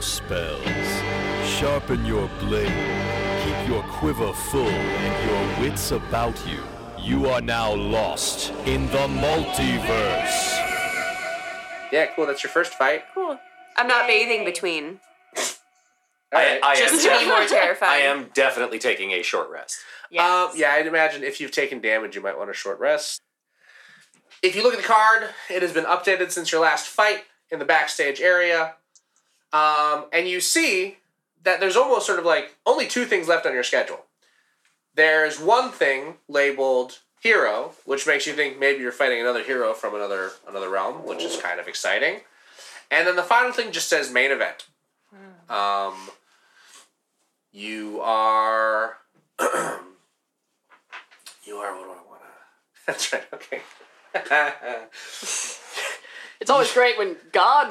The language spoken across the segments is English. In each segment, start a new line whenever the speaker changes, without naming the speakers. spells. Sharpen your blade, keep your quiver full, and your wits about you. You are now lost in the multiverse.
Yeah, cool. That's your first fight.
Cool. I'm not bathing between,
All
I,
right.
I am
just to be
def-
more terrified.
I am definitely taking a short rest.
Yes.
Um, yeah, I'd imagine if you've taken damage, you might want a short rest. If you look at the card, it has been updated since your last fight in the backstage area. Um, and you see that there's almost sort of like only two things left on your schedule. There's one thing labeled hero, which makes you think maybe you're fighting another hero from another another realm, which is kind of exciting. And then the final thing just says main event. Um, you are you are what do I want to? That's right. Okay.
It's always great when God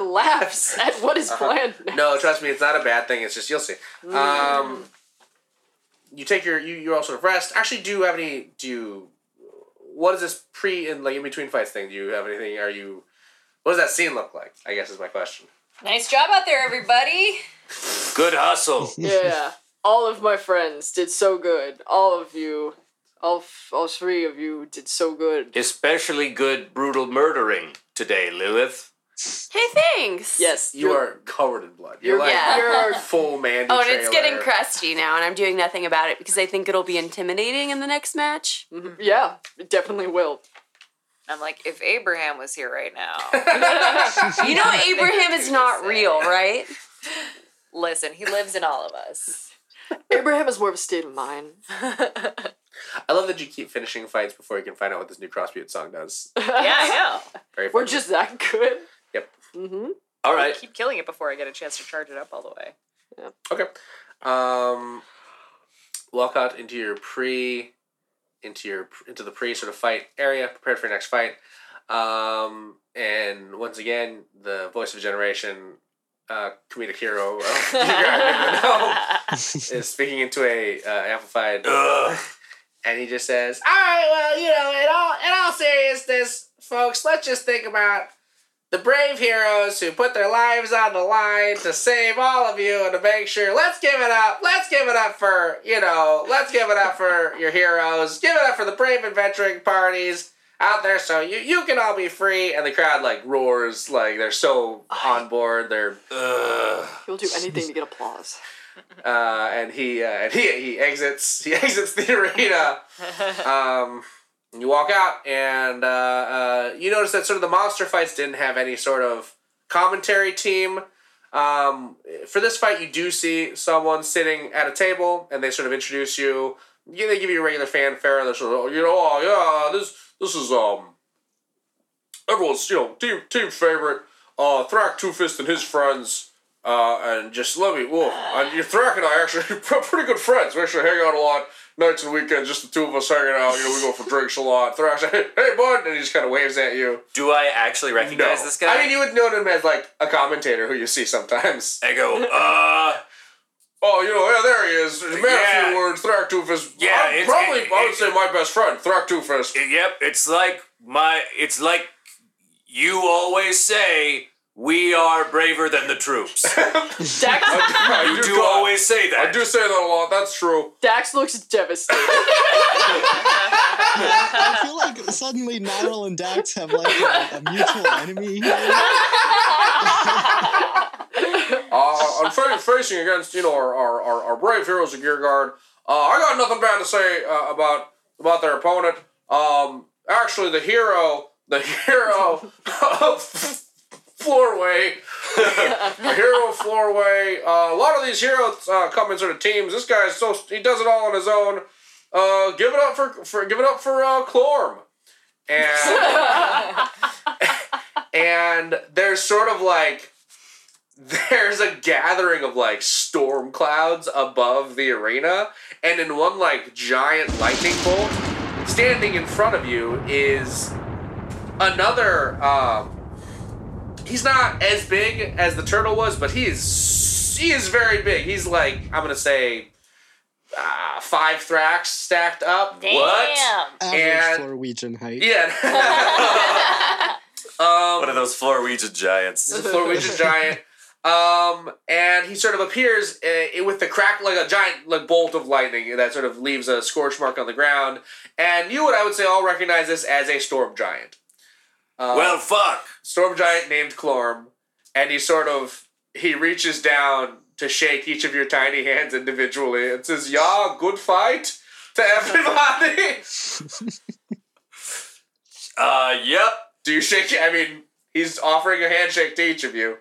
laughs at what is
Uh-huh.
planned.
no, trust me, it's not a bad thing. It's just you'll see. Um, you take your you you all sort of rest. Actually, do you have any? Do you? What is this pre and like in between fights thing? Do you have anything? Are you? What does that scene look like? I guess is my question.
Nice job out there, everybody.
Good hustle.
yeah. All of my friends did so good. All of you, all, f- all three of you did so good.
Especially good brutal murdering today, Lilith.
Hey, thanks.
Yes,
You
you're-
are covered in blood. You're,
You're,
like
Yeah.
you're
full Mandy.
Oh, and it's
Traylor.
getting crusty now, and I'm doing nothing about it because I think it'll be intimidating in the next match.
yeah, it definitely will.
I'm like, if Abraham was here right now,
You know, Abraham is not real, right?
listen, he lives in all of us.
Abraham is more of a state of mind.
I love that you keep finishing fights before you can find out what this new Crossbeat song does.
I know.
Very
We're
funny.
just that good.
Yep.
hmm
All right.
keep killing it before I get a chance to charge it up all the way.
Okay. Um, walk out into your pre, into your into the pre sort of fight area, prepared for your next fight. Um, and once again, the voice of generation, uh, comedic hero of your no, is speaking into a uh, amplified,
Ugh.
and he just says, "All right, well, you know, in all in all seriousness, folks, let's just think about." the brave heroes who put their lives on the line to save all of you and to make sure. Let's give it up. Let's give it up for, you know, let's give it up for your heroes. Give it up for the brave adventuring parties out there so you, you can all be free. And the crowd, like, roars. Like, they're so on board. They're,
Ugh.
He'll do anything to get applause.
uh, and he, uh, and he, he exits, he exits the arena. Um, and you walk out and, uh, uh, you notice that sort of the monster fights didn't have any sort of commentary team. Um, for this fight, you do see someone sitting at a table, and they sort of introduce you. Yeah, they give you a regular fanfare. They're sort of, oh, you know, oh yeah, this this is um everyone's you know team team favorite, uh, Thrak Two Fist and his friends. Uh, and just let me, whoa, and you Thrak and I actually are pretty good friends. We actually hang out a lot nights and weekends, just the two of us hanging out. You know, we go for drinks a lot. Thrak's like, hey, bud, and he just kind of waves at you.
Do I actually recognize
No.
this guy?
I mean, you would know him as like a commentator who you see sometimes.
I go, uh,
Oh, you know, yeah, there he is. Man, a
Yeah.
few words. Thraktoofus.
Yeah,
I'm
it's-
probably
it-
I would
it-
say my best friend, Thraktoofus.
yep, it's like my, it's like you always say, we are braver than the troops.
Dax,
I
You do
go-
always say
I
that.
do say that a lot. That's true.
Dax looks devastated.
I feel like suddenly Nyril and Dax have like a, a mutual enemy here.
Uh, I'm fa- facing against you know our, our, our, our brave heroes of Gear Guard. Uh, I got nothing bad to say uh, about about their opponent. Um, actually, the hero, the hero of Floorway, the hero of Floorway. Uh, a lot of these heroes uh, come in sort of teams. This guy is so he does it all on his own. Uh, give it up for, for give it up for uh, Clorm. And and there's sort of like there's a gathering of like storm clouds above the arena, and in one like giant lightning bolt, standing in front of you is another. Um, he's not as big as the turtle was, but he is he is very big. He's like I'm gonna say uh, five thrax stacked up.
What?
Average
And-
Norwegian height.
Yeah. um,
One of those Florwegian giants.
Uh,
Florwegian giant. Um, and he sort of appears uh, with the crack like a giant like bolt of lightning that sort of leaves a scorch mark on the ground. And you would, I would say, all recognize this as a storm giant. Uh,
well, fuck.
storm giant named Clorm, and he sort of he reaches down to shake each of your tiny hands individually and says, "Yeah, good fight." To everybody,
Uh, yep.
do you shake? I mean, he's offering a handshake to each of you.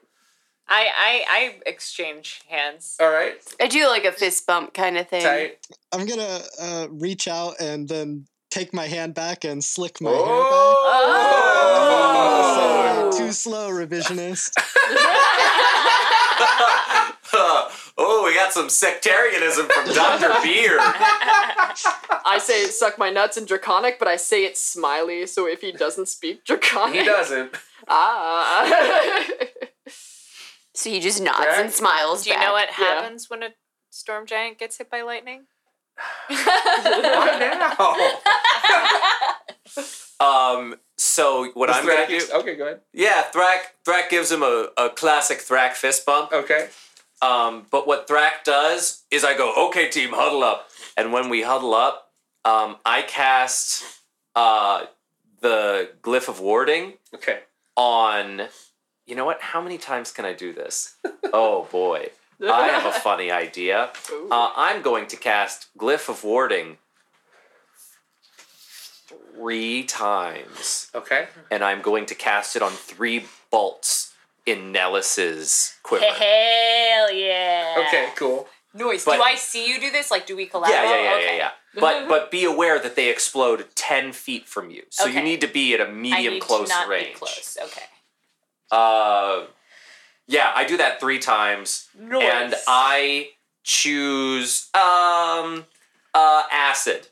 I, I, I exchange hands.
All right,
I do like a fist bump kind of thing.
tight.
I'm gonna uh, reach out and then take my hand back and slick my
Oh.
hair back.
Oh!
So, uh, too slow, revisionist.
oh, we got some sectarianism from Dr. Beer.
I say suck my nuts in Draconic, but I say it's Smiley, so if he doesn't speak Draconic.
He doesn't.
Ah.
So he just nods
Correct.
and smiles.
Do you know
back.
what happens when a storm giant gets hit by lightning?
Why now?
Um, so what I'm
Thrak
gonna do?
is- Okay, go ahead.
Yeah, Thrak. Thrak gives him a, a classic Thrak fist bump.
Okay.
Um, but what Thrak does is I go, okay, team, huddle up. And when we huddle up, um, I cast uh, the glyph of warding
Okay.
on. You know what? How many times can I do this? Oh boy, I have a funny idea.
Ooh.
Uh, I'm going to cast Glyph of Warding three times,
Okay.
and I'm going to cast it on three bolts in Nellis's quiver.
Hell yeah.
Okay. Cool.
Noise.
But-
do I see you do this? Like, do we
Yeah,
collaborate?
yeah, yeah,
okay.
yeah, yeah. But but be aware that they explode ten feet from you, so you
Okay.
need to be at a
I
medium
need
close
to not
range.
Be close. Okay.
Uh, yeah, I do that three times, and I choose um uh acid.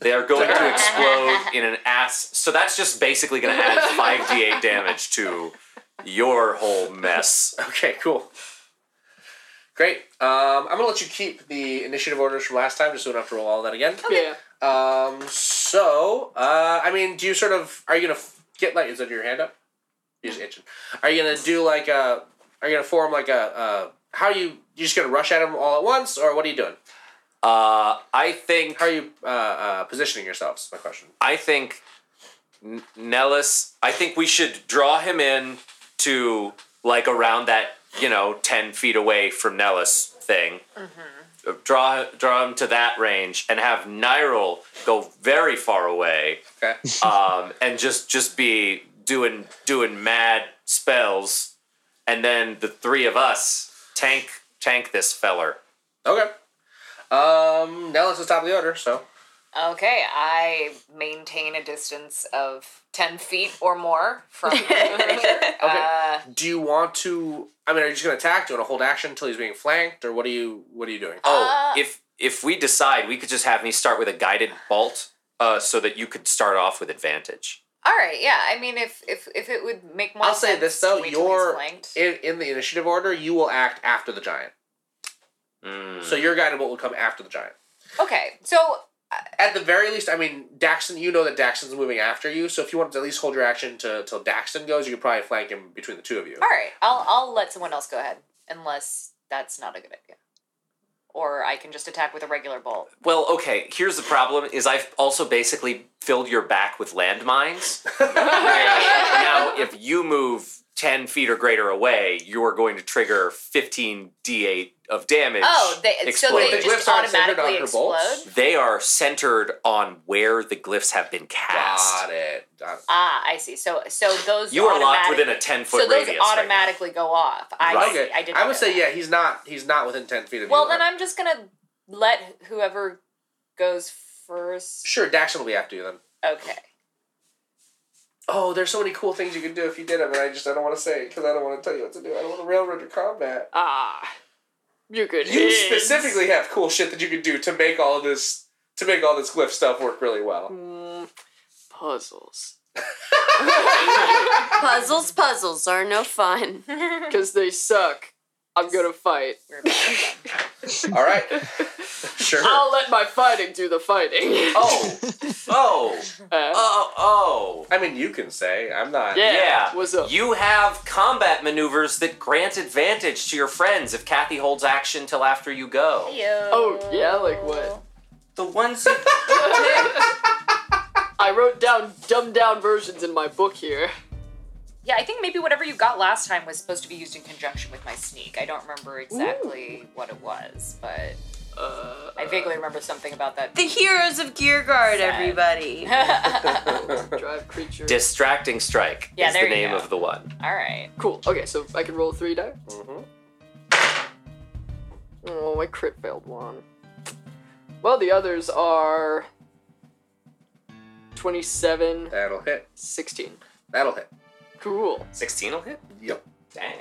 They are going to explode in an ass. So that's just basically going to add five d8 damage to your whole mess.
Okay. Cool. Great. Um, I'm gonna let you keep the initiative orders from last time, just so we don't have to roll all that again.
yeah.
Um, so, uh, I mean, do you sort of are you gonna f- get like is that your hand up? You're just itching. Are you gonna do like a? Are you gonna form like a? Uh, how you you just gonna rush at them all at once, or what are you doing?
Uh, I think
How are you uh, uh, positioning yourselves? Is my question.
I think N- Nellis. I think we should draw him in to like around that you know ten feet away from Nellis thing. Uh, Draw draw him to that range and have Nyril go very far away
Okay.
um, and just just be doing doing mad spells, and then the three of us tank tank this feller.
Okay. Um, Nellis is top of the order, so
Okay, I maintain a distance of 10 feet or more from the creature. uh,
do you want to? I mean, are you just gonna attack? Do you want to hold action until he's being flanked, or what are you? What are you doing?
Uh,
Oh, if if we decide, we could just have me start with a guided bolt, uh, so that you could start off with advantage.
all right, yeah. I mean, if if, if it would make more
I'll
sense.
say this
to
though:
wait till he's
you're
flanked.
in, in the initiative order. You will act after the giant,
Hmm.
Mm.
so your guided bolt will come after the giant.
Okay, so
At the very least, I mean, Daxton. You know that Daxton's moving after you, so if you want to at least hold your action to till Daxton goes, you could probably flank him between the two of you.
all right, I'll I'll let someone else go ahead unless that's not a good idea. Or I can just attack with a regular bolt.
Well, okay. Here's the problem: is I've also basically filled your back with landmines. now, if you move ten feet or greater away, you are going to trigger fifteen d8 of damage.
Oh, they, so
exploding.
they
Wait, the glyphs
just
aren't centered
automatically
on her bolts?
explode?
They are centered on where the glyphs have been cast.
Got it. Got it.
Ah, I see. So so those
You are locked
automatic-
within a ten foot
so those
radius. right now.
automatically go off. I
Right.
see.
Okay.
I did.
I, would say yeah. He's not. He's not within ten feet of you.
Well, then I'm just gonna let whoever goes first.
sure Daxton will be after you then.
Okay.
Oh, there's so many cool things you can do if you did them, and I just I don't want to say because I don't want to tell you what to do. I don't want to railroad your combat.
Ah. You could.
You specifically have cool shit that you can do to make all this to make all this glyph stuff work really well.
Mm, puzzles.
Puzzles, puzzles are no fun.
Because they suck. I'm gonna fight.
You're about to die.
All right. Sure.
I'll let my fighting do the fighting.
Oh, oh,
Uh,
oh, oh.
I mean, you can say I'm not.
yeah.
Yeah.
What's up?
You have combat maneuvers that grant advantage to your friends if Kathy holds action till after you go.
oh yeah, like what?
The ones that
I wrote down dumbed down versions in my book here.
Yeah, I think maybe whatever you got last time was supposed to be used in conjunction with my sneak. I don't remember exactly what it was, but
Uh,
I vaguely remember something about that.
The heroes of Gearguard,
Sad.
everybody.
drive creature.
distracting strike
Yeah,
is
there
the
you
name
go.
of the one.
All right.
cool. Okay, so I can roll three die. Oh, my crit failed one. Well, the others are 27,
That'll hit.
16.
That'll hit.
Cool.
16 will hit?
Yep.
Dang.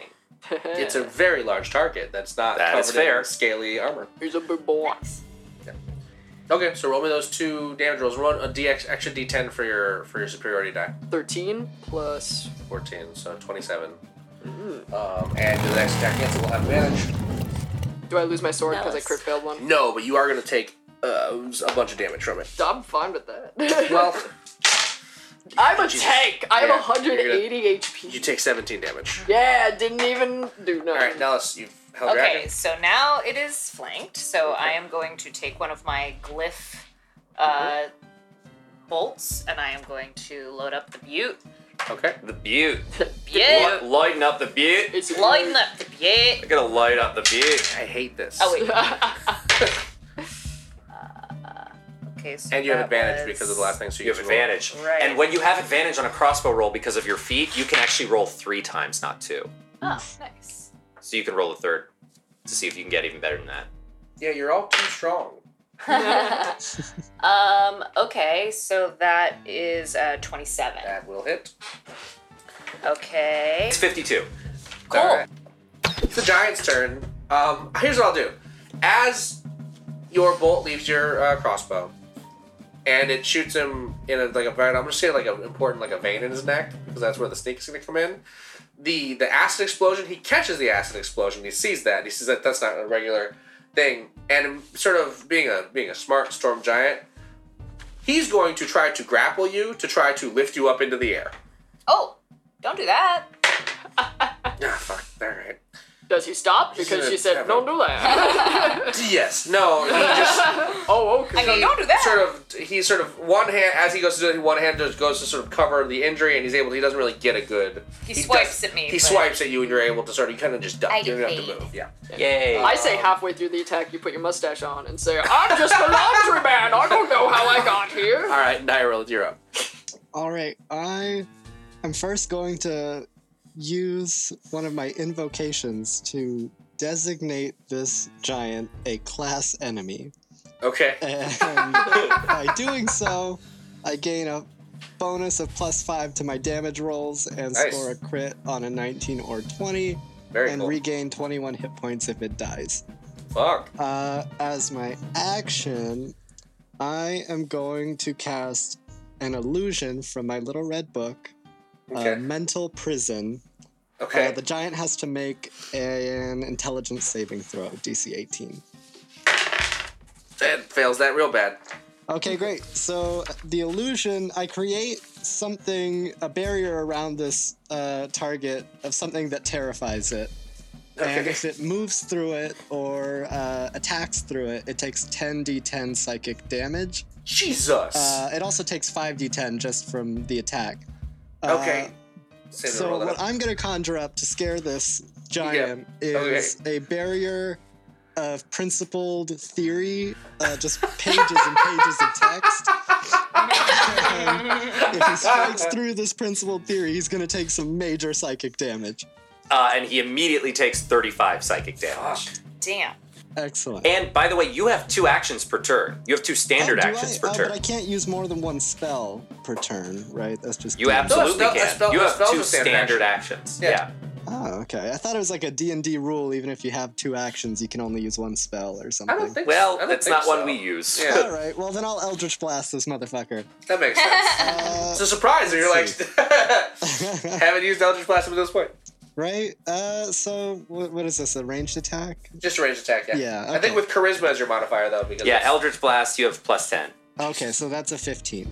It's a very large target that's not
That is
covered in
fair.
scaly armor.
Here's a big boy.
Okay, so roll me those two damage rolls. Roll a DX extra D10 for your for your superiority die.
13 plus
14, so 27.
Mm-hmm.
Um, and your next attack against it will have advantage.
Do I lose my sword because I
Nice.
crit failed one?
No, but you are going to take uh, a bunch of damage from it.
I'm fine with that.
Well,
I'm a tank. I have
Yeah,
180 HP.
you take 17 damage.
yeah, didn't even do nothing.
All right, now let's, you've held your
Okay,
action.
so now it is flanked, so I am going to take one of my glyph uh,
Mm-hmm.
bolts and I am going to load up the butte.
Okay.
The butte.
Butte!
Li- lighten up the butte.
It's
Lighten up the butte!
We're gonna light up the butte.
I hate this.
Oh, wait. Okay, so.
And you have
that
advantage
was-
because of the last thing, so you,
You have
can roll.
advantage.
Right.
And when you have advantage on a crossbow roll because of your feet, you can actually roll three times, not two.
Oh, nice.
So you can roll a third to see if you can get even better than that.
Yeah, you're all too strong.
um, okay, so that is uh, 27.
That will hit.
Okay.
It's 52.
Cool. It's the giant's turn. Um, here's what I'll do. As your bolt leaves your uh, crossbow, and it shoots him in a, like a very, I'm just saying like an important like a vein in his neck because that's where the snake is going to come in. The the acid explosion. He catches the acid explosion. He sees that. He sees that that's not a regular thing. And sort of being a being a smart storm giant, he's going to try to grapple you to try to lift you up into the air.
Oh, don't do that.
Ah, fuck. All right.
Does he stop?
gonna
Because she said,
have
don't
a-
do that.
Yes. No. He just
oh, okay.
I mean, don't do that.
sort of he sort of one hand as he goes to do it, one hand just goes to sort of cover the injury and he's able he doesn't really get a good
He
does-
swipes at me,
he
but-
swipes at you and you're able to sort of you kind of just duck
I
you don't have to
evade.
move yeah
Yay.
I say halfway through the attack, you put your mustache on and say, I'm just a laundry man. I don't know how I got here.
all right Nyril you're up
All right, I am first going to use one of my invocations to designate this giant a class enemy.
okay
And by doing so, I gain a bonus of plus five to my damage rolls and
Nice.
score a crit on a 19 or 20
very
and
cool
regain 21 hit points if it dies.
fuck
Uh, as my action, I am going to cast an illusion from my little red book,
Okay.
uh, Mental Prison.
okay
Uh, the giant has to make an intelligence saving throw, DC 18.
that fails that real bad
Okay, great. So the illusion, I create something, a barrier around this uh, target of something that terrifies it. And
Okay.
if it moves through it or uh, attacks through it, it takes 10d10 psychic damage.
Jesus
Uh, it also takes 5d10 just from the attack. Uh,
okay Say the
so
roll that
what
up.
I'm going to conjure up to scare this giant
Okay.
is a barrier of principled theory, uh, just pages and pages of text. And if he strikes through this principled theory, he's going to take some major psychic damage.
Uh, and he immediately takes 35 psychic damage.
Fuck.
Damn.
Excellent.
And by the way, you have two actions per turn. You have two standard
Oh, do
actions
I?
per
oh,
turn.
But I can't use more than one spell per turn, right? That's just
You absolutely
spell- a
can.
spell-
you
a
have
spell's
two
a standard
standard, actions.
Yeah.
Yeah.
Oh, okay. I thought it was like a D&D rule even if you have two actions you can only use one spell or something.
I don't think I
Well,
don't
that's
think
not
so.
one we use.
Yeah.
All right. Well, then I'll Eldritch Blast this motherfucker.
that makes sense
Uh,
it's a surprise that you're like
Let's
haven't used Eldritch Blast up to this point
right? Uh, so what, what is this? A ranged attack?
Just a ranged attack, yeah.
Yeah,
I think
okay.
with charisma as your modifier though, because
Yeah,
it's-
Eldritch Blast, you have plus 10.
Okay, so that's a fifteen.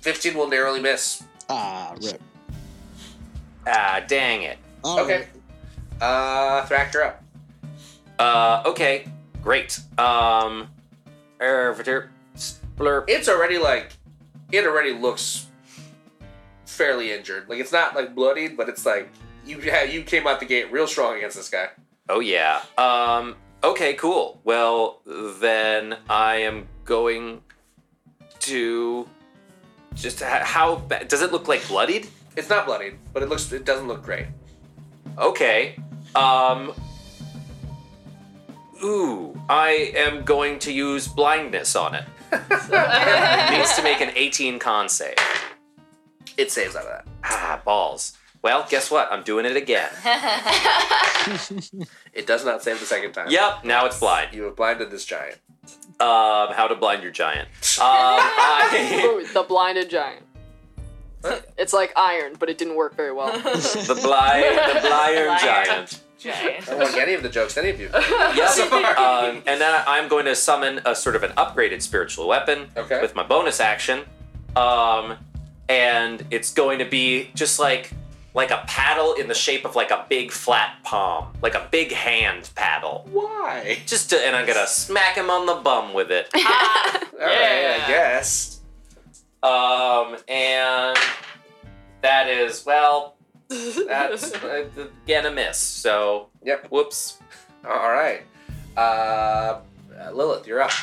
fifteen will narrowly miss.
Ah, rip.
Ah, dang it.
All
Okay. Uh Thrack, you're up.
Uh, okay, great. Um, er, er, splurp.
It's already like it already looks fairly injured. Like it's not like bloodied, but it's like you ha- you came out the gate real strong against this guy.
Oh yeah. Um, okay, cool. Well, then I am going to just h- how ba- does it look like bloodied?
It's not bloodied, but it looks it doesn't look great.
Okay. Um Ooh, I am going to use blindness on it. Needs to make an 18 con save.
It saves out of that.
Ah, balls. Well, guess what? I'm doing it again.
It does not save the second time.
yep, now it's blind.
You have blinded this giant.
Um, how to blind your giant. Um, I,
Ooh, the blinded giant. It's like iron, but it didn't work very well.
the blind, the blind
Blind.
giant.
Giant.
I don't like any of the jokes any of you.
Yep. Um, and then I'm going to summon a sort of an upgraded spiritual weapon
Okay.
with my bonus action. Um, and it's going to be just like like a paddle in the shape of like a big flat palm, like a big hand paddle.
Why?
Just to, and I'm gonna smack him on the bum with it.
All right, I
Yeah.
guess.
Um, and that is well, that's uh, again a miss. So
Yep.
whoops.
All right. Uh, uh, Lilith, you're up.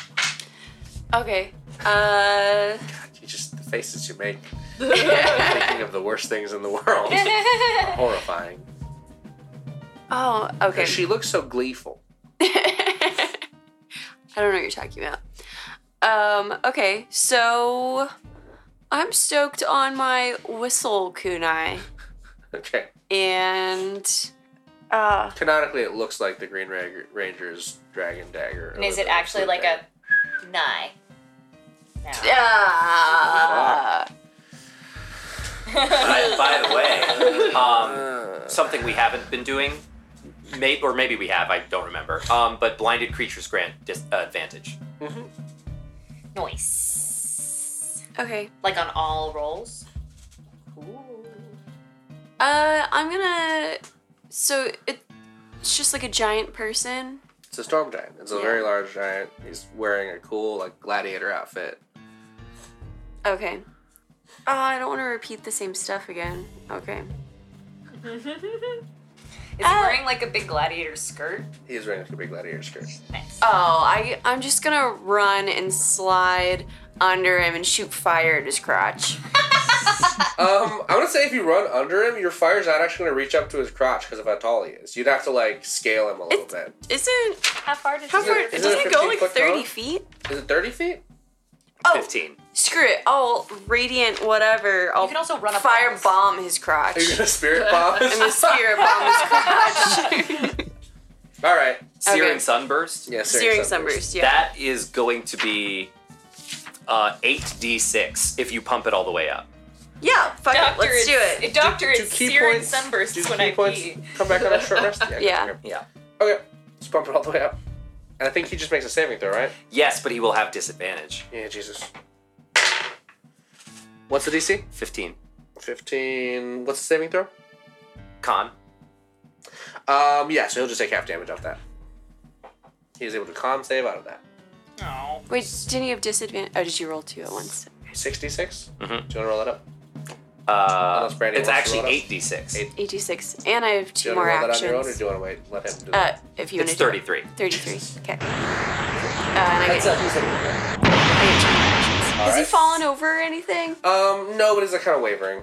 Okay. Uh,
You just the faces you make, thinking of the worst things in the world, horrifying.
oh,
Okay.
okay.
She looks so gleeful.
I don't know what you're talking about. Um, okay, so I'm stoked on my whistle kunai.
Okay.
And uh
Canonically, it looks like the Green Rag- Ranger's dragon dagger.
And is it
Or
actually
the
like a
dagger.
nigh? No. uh,
ah,
By, by the way, um,
Uh,
something we haven't been doing, may, or maybe we have, I don't remember. Um, but blinded creatures grant dis- uh, advantage.
Noise.
Okay.
Like on all rolls. Ooh.
Uh I'm gonna so it, it's just like a giant person.
it's a storm giant. It's a very large giant. He's wearing a cool like gladiator outfit.
Okay. Oh, I don't want to repeat the same stuff again. Okay.
Is he
Ah.
wearing like a big gladiator skirt?
He's wearing like a big gladiator skirt.
Nice.
Oh, I I'm just gonna run and slide under him and shoot fire at his crotch.
Um, I would say if you run under him, your fire's not actually going to reach up to his crotch because of how tall he is. You'd have to like scale him a little bit.
Isn't
How far does
how
he
far?
it- is
doesn't
it a
it go
15
like
foot
thirty
cone?
feet?
Is it thirty feet?
Oh,
Fifteen.
screw it! I'll radiant whatever. I'll
can also run up
fire
walls.
bomb his crotch
Are you gonna spirit bomb?
and the spirit bomb his crotch.
All right.
Searing
Okay.
sunburst.
Yeah,
Searing sunburst. Yeah.
That is going to be uh, eight d six if you pump it all the way up.
yeah. Fuck it. Let's do it.
Doctor
Do
is
key
searing
points-
sunbursts
do
when
key
I
points
pee.
Come back on a short rest.
Yeah.
Okay.
Yeah.
okay. Let's bump it all the way up. And I think he just makes a saving throw, right?
Yes, but he will have disadvantage.
Yeah, Jesus. What's the DC?
Fifteen.
Fifteen. What's the saving throw?
Con.
Um, yeah. So he'll just take half damage off that. He's able to calm save out of that.
Oh.
Wait, didn't you have disadvantage? Oh, did you roll two at once?
66
Mm-hmm.
Mhm.
Do you want to roll that up?
Uh,
Unless Brandon
it's
wants to
actually
roll it up.
eight d six.
Eight.
Eighty-six, and I have
Do
two
you
more
want to roll that on your own, or
actions.
do you want to wait? Let him do
Uh,
that.
if you want
It's
to.
thirty three.
Thirty-three. Okay. Uh, and I
That's
get,
a decent.
I get two more actions. Has he
Alright.
fallen over or anything?
Um, no, but he's like kind of wavering.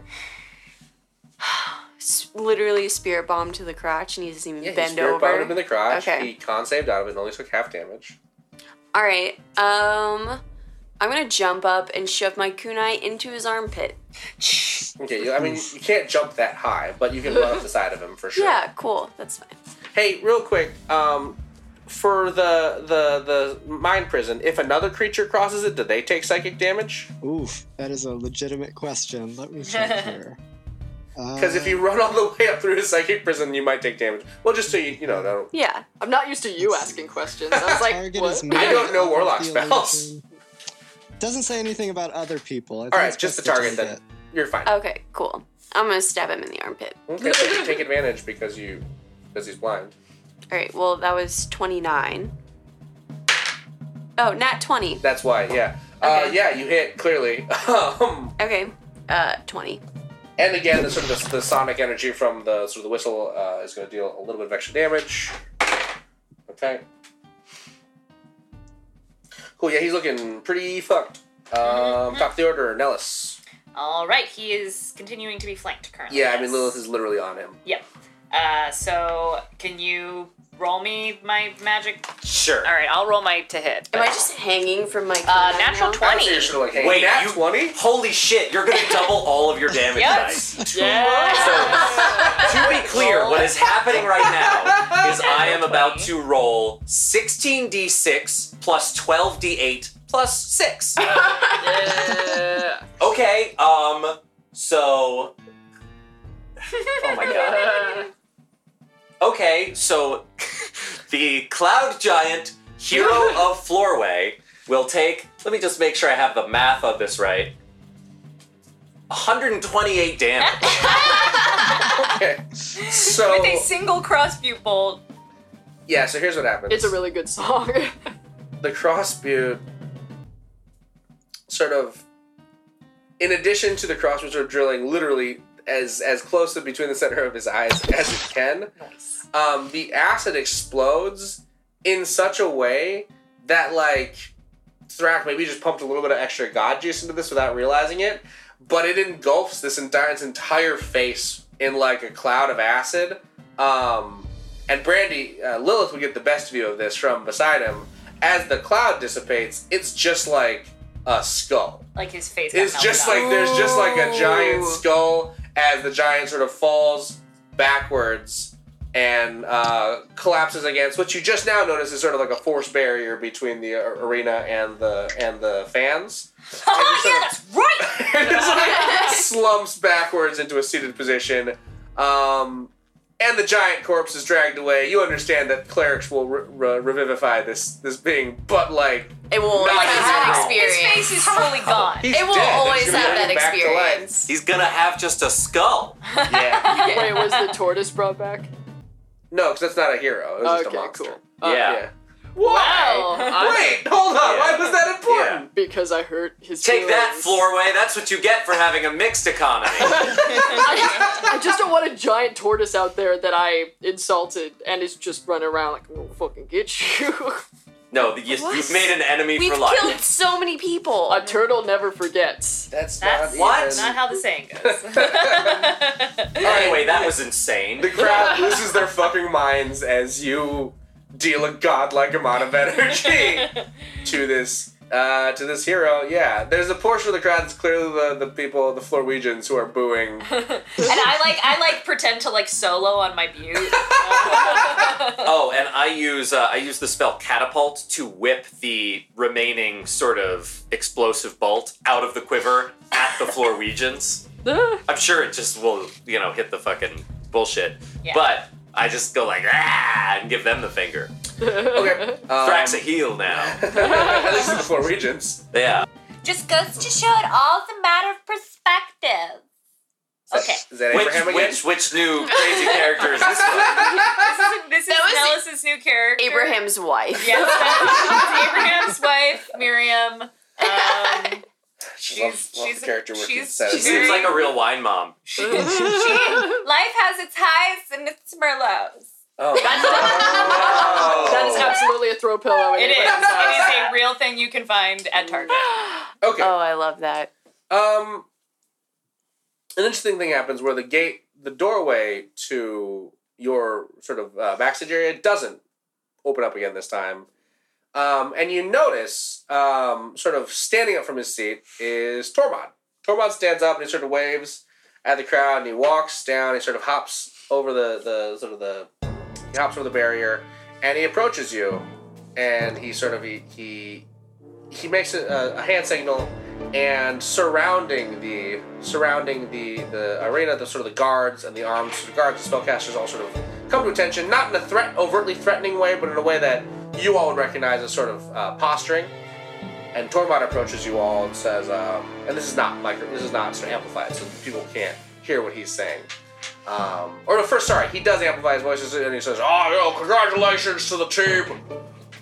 s- literally a spirit bomb to the crotch and he doesn't even
Yeah, he
bend
spirit
over.
bombed him in the crotch.
Okay.
He con saved out of it and only took half damage.
All right. Um, I'm gonna jump up and shove my kunai into his armpit.
Okay, you, I mean, you can't jump that high, but you can run up the side of him for sure.
Yeah, cool. That's fine.
Hey, real quick, um, for the the the mind prison, if another creature crosses it, do they take psychic damage?
Oof, that is a legitimate question. Let me check here.
Because if you run all the way up through to psychic prison, you might take damage. Well, just so you you know, that'll-
Yeah.
I'm not used to you asking questions. I was like,
Target
what?
is
I don't know
made
warlock
of the
spells.
illusion. Doesn't say anything about other people. I think
all right,
it's
just the
best to
target
take
then.
it.
You're fine.
Okay, cool. I'm gonna stab him in the armpit.
Okay, so you take advantage because you because he's blind.
All right, well, that was 29. Oh, nat 20.
That's why, yeah. Uh,
Okay.
yeah, you hit clearly. Um,
Okay, uh, 20.
and again, the sort of the, the sonic energy from the sort of the whistle uh, is going to deal a little bit of extra damage. Okay. Cool. Yeah, he's looking pretty fucked.
Mm-hmm.
Um, top of the order, Nellis.
All right, he is continuing to be flanked currently.
Yeah, I mean
yes.
Lilith is literally on him.
Yep. Uh, so can you roll me my magic?
Sure.
All right, I'll roll my to hit.
Am I just hanganging from my.
uh,
canine
natural
now?
I would say you
twenty?
should have, like, hey,
Wait,
nat
you-
20?
Holy shit, you're gonna double all of your damage
Yep.
dice.
Yeah.
To be clear, what is happening right now is I am about to roll 16d6 plus 12d8 plus 6.
Yeah.
Okay, um, so. Oh my god. Okay, so the cloud giant, hero of Floorway, will take. Let me just make sure I have the math of this right 128 damage.
Okay. So
With a single crossbow bolt.
yeah, so here's what happens.
it's a really good song.
the crossbeard sort of in addition to the crossbeard sort of drilling literally as as close to between the center of his eyes as it can
Nice.
um, the acid explodes in such a way that like Thrak maybe just pumped a little bit of extra god juice into this without realizing it, but it engulfs this entire its entire face in like a cloud of acid. Um, and Brandy uh, Lilith would get the best view of this from beside him. As the cloud dissipates, it's just like a skull.
Like his face. got
It's
melted
just
off.
like there's just like a giant
Ooh.
skull as the giant sort of falls backwards and uh, collapses against what you just now notice is sort of like a force barrier between the a- arena and the and the fans.
Oh yeah, that's right.
And it's like slumps backwards into a seated position. Um, and the giant corpse is dragged away. You understand that clerics will re- re- revivify this this being, but like
It will always
Not
have that
his
His
experience.
face is fully gone.
he's
It will
dead. It's
always
gonna
have
bring
that
him back to life.
experience.
He's gonna have just a skull.
Yeah.
Wait, was the tortoise brought back?
No, because that's not a hero. It was just a
okay,
monster.
cool. Uh,
yeah.
Yeah. Why? Wait, hold on.
Yeah.
Why was that important?
Because I hurt his.
Take that,
feelings.
Floorway. That's what you get for having a mixed economy.
I just don't want a giant tortoise out there that I insulted and is just running around like, "We'll fucking get you."
no, you, you've
What?
made an enemy
We've
for life.
killed so many people.
a turtle never forgets.
That's,
That's
What?
even-
not how the saying goes.
Anyway, that was insane.
the crowd loses their fucking minds as you deal a godlike amount of energy to this uh, to this hero. Yeah, there's a portion of the crowd that's clearly the, the people, the Florwegians, who are booing.
And I like I like pretend to like solo on my butte.
Oh, and I use uh, I use the spell catapult to whip the remaining sort of explosive bolt out of the quiver at the Florwegians. I'm sure it just will, you know, hit the fucking bullshit.
Yeah.
But I just go like ah and give them the finger.
Okay, um,
Thrax a heel now.
at least the Florwegians.
yeah.
Just goes to show it all's a matter of perspective. Okay.
Is that
Which,
Abraham again?
which which new crazy character is this one?
This is
That was
Nellis's new character.
Abraham's wife.
Yes, that was Abraham's wife, Miriam. Um, she's
Love- love
she's
the character work
she's,
it says.
she's
Seems
very,
like a real wine mom.
she, she, life has its highs and its merlots.
Oh, no.
That is absolutely a throw pillow. in
It is.
anybody's house.
It is a real thing you can find at Target.
okay.
Oh, I love that.
Um, an interesting thing happens where the gate, the doorway to your sort of uh, backstage area doesn't open up again this time. Um, and you notice, um, sort of standing up from his seat, is Tormod. Tormod stands up and he sort of waves at the crowd and he walks down, he sort of hops over the, the sort of the, he hops over the barrier and he approaches you and he sort of, he, he, he makes a, a hand signal and surrounding the surrounding the the arena, the sort of the guards and the armed sort of guards, the spellcasters all sort of come to attention, not in a threat, overtly threatening way, but in a way that you all would recognize as sort of uh, posturing. And Tormod approaches you all and says, um, and this is not micro, this is not sort of amplified, so people can't hear what he's saying. Um, or no, first, sorry, he does amplify his voices and he says, "Oh, yo, congratulations to the team,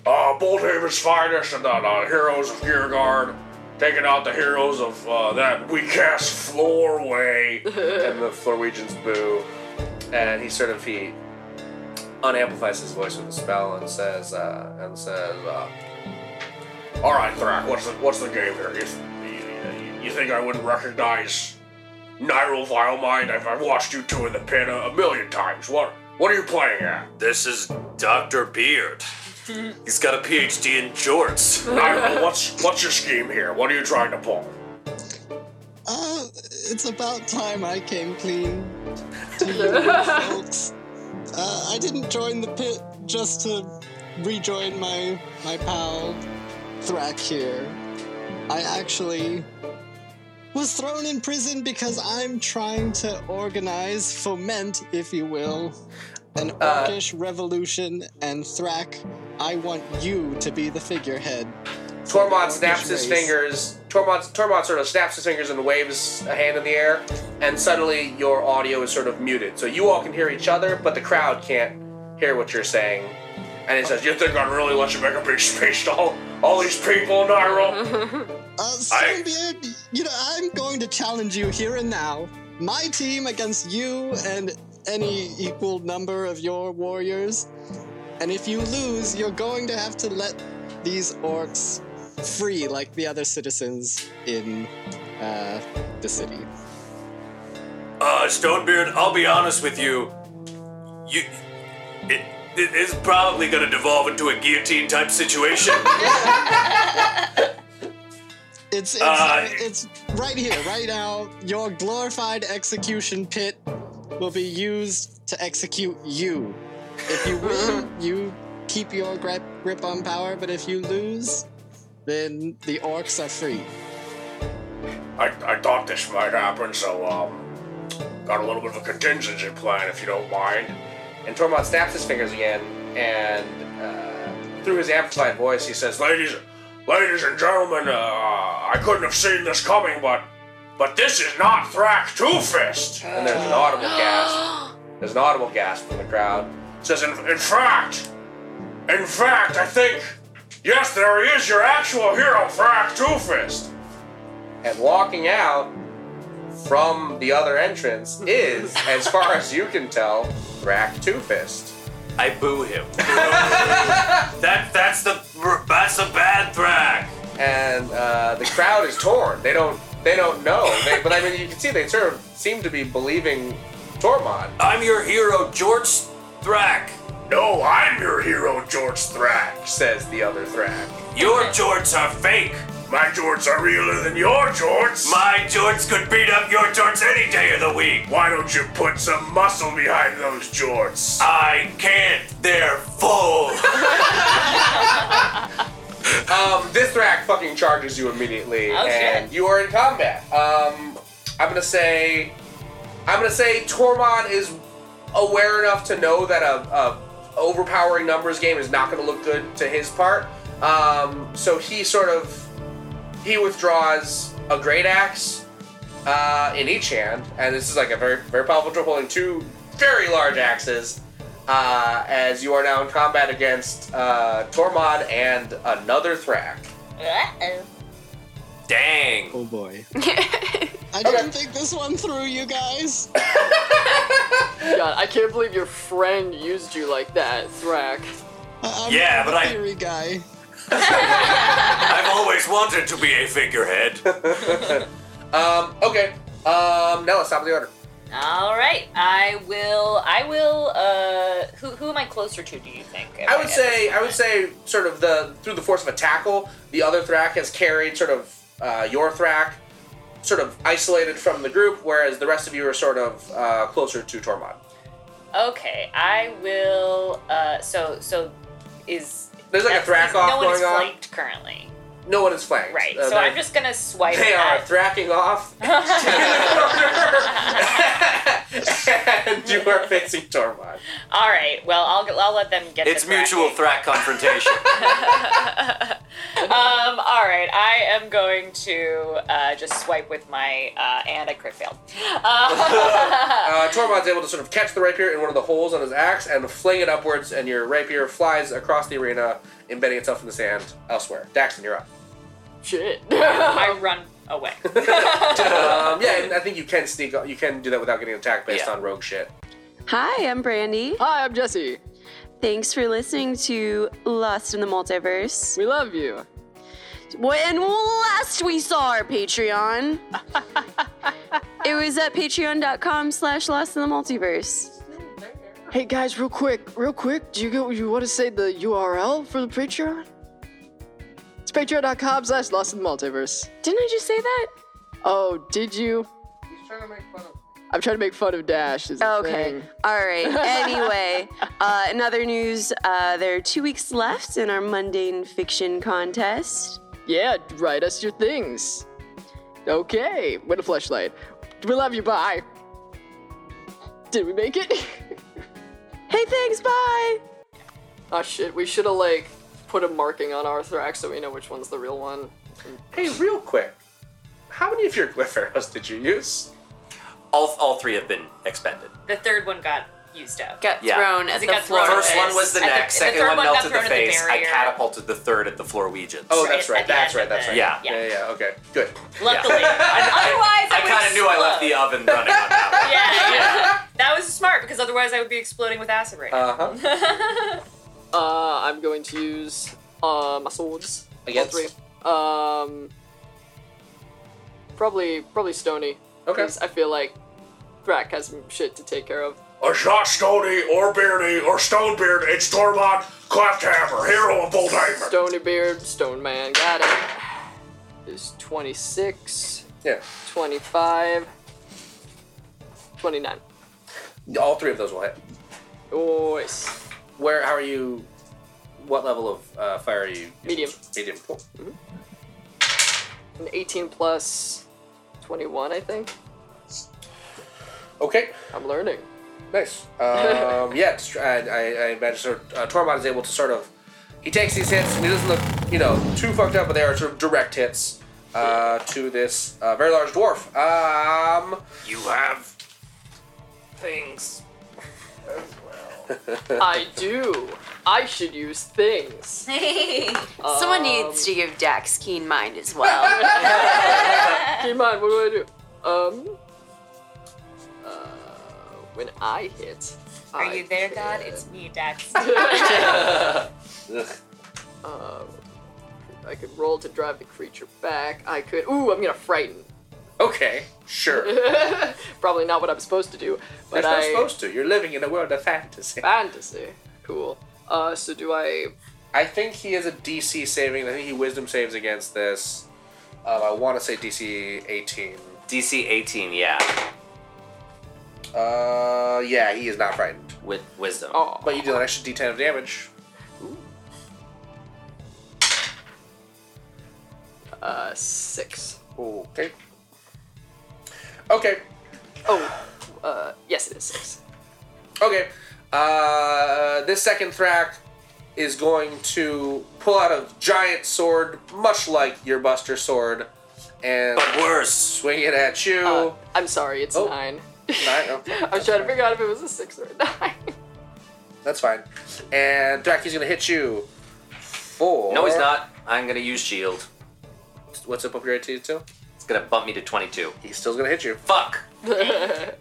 uh, Boldhaven's finest and the uh, heroes of Gearguard, taking out the heroes of uh, that weak ass Floorway." and the Florwegians boo. And he sort of he unamplifies his voice with a spell and says, uh, and says, uh, "All right, Thrak, what's the what's the game here? If you, you think I wouldn't recognize Nyril Vilemind? I've, I've watched you two in the pit a, a million times. What what are you playing at?
This is Dr. Beard. He's got a PhD in jorts.
Nyril, what's what's your scheme here? What are you trying to pull?"
Uh, it's about time I came clean to you folks. Uh, I didn't join the pit just to rejoin my my pal Thrak here. I actually was thrown in prison because I'm trying to organize, foment, if you will, an orcish revolution. And Thrak, I want you to be the figurehead.
Tormod snaps his
Race.
fingers. Tormod, Tormod sort of snaps his fingers and waves a hand in the air, and suddenly your audio is sort of muted. So you all can hear each other, but the crowd can't hear what you're saying. And it says, "You think I'd really let you make a big speech to all, all these people, Nyril?"
Uh, Stonebeard, you know, I'm going to challenge you here and now. My team against you and any equal number of your warriors. And if you lose, you're going to have to let these orcs free like the other citizens in uh, the city.
Uh, Stonebeard, I'll be honest with you. You. It, it is probably going to devolve into a guillotine type situation.
It's it's,
Uh,
it's right here, right now. Your glorified execution pit will be used to execute you. If you win, you keep your grip grip on power, but if you lose, then the orcs are free.
I, I thought this might happen, so um, got a little bit of a contingency plan, if you don't mind. And Tormod snaps his fingers again, and uh, through his amplified voice, he says, "Ladies, ladies and gentlemen, uh, I couldn't have seen this coming, but but this is not Thrak Two Fist." And there's an audible gasp. There's an audible gasp from the crowd. It says, in, "In fact, in fact, I think yes, there he is your actual hero, Thrak Two Fist." And walking out from the other entrance is, as far as you can tell, Thrak Two Fist.
I boo him.
that that's the that's the bad track.
and uh, the crowd is torn. They don't they don't know. They, but I mean, you can see they sort of seem to be believing Tormod.
I'm your hero, George Thrack.
No, Oh, I'm your hero, George Thrak, says the other Thrak.
Your jorts are fake.
My Georges are realer than your Georges.
My jorts could beat up your jorts any day of the week.
Why don't you put some muscle behind those Georges?
I can't. They're full.
Um, this Thrak fucking charges you immediately,
Oh, shit.
and you are in combat. Um, I'm gonna say, I'm gonna say Tormod is aware enough to know that a, a overpowering numbers game is not gonna look good to his part. Um, so he sort of he withdraws a great axe uh, in each hand, and this is like a very very powerful tool holding two very large axes. Uh, as you are now in combat against uh, Tormod and another Thrak.
Uh-oh.
Dang.
Oh boy. I didn't think this one through, you guys.
God, I can't believe your friend used you like that, Thrak.
I- I'm
Yeah,
not
but
the
I-
theory guy.
I've always wanted to be a figurehead.
Um, okay. Um, now let's top of the order.
All right, I will. I will. Uh, who who am I closer to? Do you think?
I would say I would say sort of the through the force of a tackle, the other Thrak has carried sort of uh, your Thrak, sort of isolated from the group, whereas the rest of you are sort of uh, closer to Tormod.
Okay, I will. Uh, so so is
There's like a
that's-
Thrak off
No one is
going on.
flanked currently.
no one is flanked.
Right.
Uh,
so
they're-
I'm just gonna swipe
They are
at.
thracking off in the corner. and you are facing Tormod.
All right. Well, I'll I'll let them get.
It's
the
mutual threat
bracket.
confrontation.
Um. All right. I am going to uh, just swipe with my uh, and I crit failed. Uh,
Uh, Tormod's able to sort of catch the rapier in one of the holes on his axe and fling it upwards, and your rapier flies across the arena, embedding itself in the sand elsewhere. Daxon, you're up.
Shit.
I run away.
Um, yeah, and I think you can sneak. You can do that without getting attacked based
Yeah.
on rogue shit.
Hi, I'm Brandy.
Hi, I'm Jesse.
Thanks for listening to Lost in the Multiverse.
We love you.
When last we saw our Patreon, it was at patreon.com slash lost in the multiverse.
Hey guys, real quick, real quick, do you go, you want to say the URL for the Patreon? It's patreon.com slash lost in the multiverse.
Didn't I just say that?
Oh, did you? He's trying to make fun of. I'm trying to make fun of Dash. Is the
Okay.
thing.
All right. Anyway, uh, in other news, uh, there are two weeks left in our mundane fiction contest.
Yeah, write us your things. Okay, win a flashlight. We love you. Bye. Did we make it?
Hey, thanks. Bye.
oh shit, we should have like put a marking on our thorax so we know which one's the real one.
Hey, real quick, how many of your glyph arrows did you use?
all, all three have been expended.
the third one got used up.
Got
Yeah.
thrown at
It
the
got
floor.
thrown.
First one was the
At the-
neck,
the
second
third
one
one got
melted the
thrown at the
face. I
barrier.
catapulted the third at the floor Weegians.
Oh,
Right,
that's right.
at the
That's
end
right.
of
That's
the-
right.
Yeah.
Yeah. Yeah. Okay. Good.
Luckily, otherwise
I
I, would
kind of knew I left the
explode.
oven running on that one.
Yeah,
Yeah.
that was smart because otherwise I would be exploding with acid rain.
Uh huh.
Uh, I'm going to use uh my swords.
Against?
All three. Um, probably probably Stony.
Okay.
Because I feel like Thrak has some shit to take care of.
It's not Stony or Beardy or Stonebeard. It's Tormod Claphammer, hero of Boldhaven.
Stony Beard, Stone Man, got it. Is 26,
Yeah.
25, 29.
All three of those will hit.
Nice.
Where? How are you? What level of uh, fire are you? using?
Medium.
Medium. Cool.
An 18 plus 21, I think.
Okay.
I'm learning.
Nice. Um, yeah, it's- I, I, I imagine sort of, uh, Tormod is able to sort of. He takes these hits and he doesn't look, you know, too fucked up, but they are sort of direct hits uh, to this uh, very large dwarf. Um,
You have things.
I do. I should use things.
Oh.
Someone needs to give Dax keen mind as well.
Keep in mind, what do I do? Um. Uh, when I hit.
Are
I
you there,
hit.
God? It's me, Dax.
ugh.
Um, I could roll to drive the creature back. I could. Ooh, I'm gonna frighten.
okay, sure. You're
Probably not what I'm supposed to do, but
not
I
supposed to. You're living in a world of fantasy.
Ah. fantasy. Cool. Uh, so do I?
I think he is a DC saving. I think he wisdom saves against this. Um, I want to say DC 18.
DC 18, yeah,
Uh, yeah, he is not frightened.
with wisdom.
Oh,
But you deal an extra D10 of damage.
uh, six.
Okay. Okay.
Oh, uh, yes, it is six.
Okay. Uh, this second Thrak is going to pull out a giant sword, much like your Buster sword, and
But worse.
swing it at you.
Uh, I'm sorry, it's
Oh.
nine.
Nine? Oh,
I was trying to figure out if it was a six or a nine.
That's fine. And Thrak, he's going to hit you for.
No, he's not. I'm going to use shield.
What's up with your AT too?
It's going to bump me to 22.
He's still going to hit you.
Fuck.
Gonna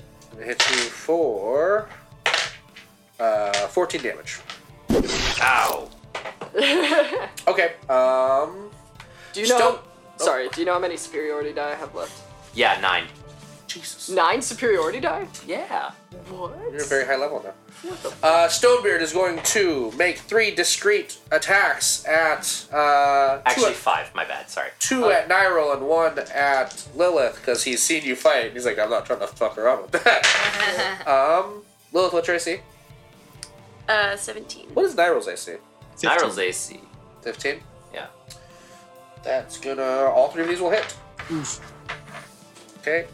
hit you for. Uh, 14 damage.
Ow.
Okay. Um,
Do you know?
Stone-
Oh.
Sorry. Do you know how many superiority die I have left?
Yeah, nine.
Jesus.
Nine superiority die.
Yeah.
You're a
What?
very high level now. Uh, Stonebeard is going to make three discrete attacks at uh,
Actually, five. My bad. Sorry.
two, at, two at Nyril and one at Lilith because he's seen you fight. and He's like, I'm not trying to fuck around with that. um, Lilith, what's your AC?
Uh, 17.
What is Nyrol's AC?
Nyrel's AC.
Fifteen.
Yeah.
That's gonna. All three of these will hit.
Oof.
Okay.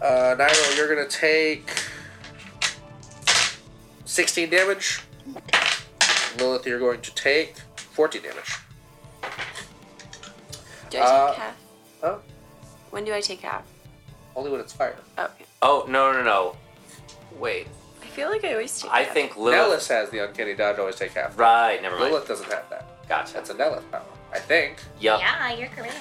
Uh, Nairo, you're gonna take 16 damage. Lilith, you're going to take 14 damage.
Do I take
Uh,
half?
Oh,
When do I take half?
only when it's fire.
Oh, okay.
Oh no no no! Wait,
I feel like I always take
I
half.
think Lilith.
Nellis has the uncanny dodge, always take half.
Right, never mind.
Lilith doesn't have that.
Gotcha.
That's a Nellis power, I think.
Yup.
Yeah, you're correct.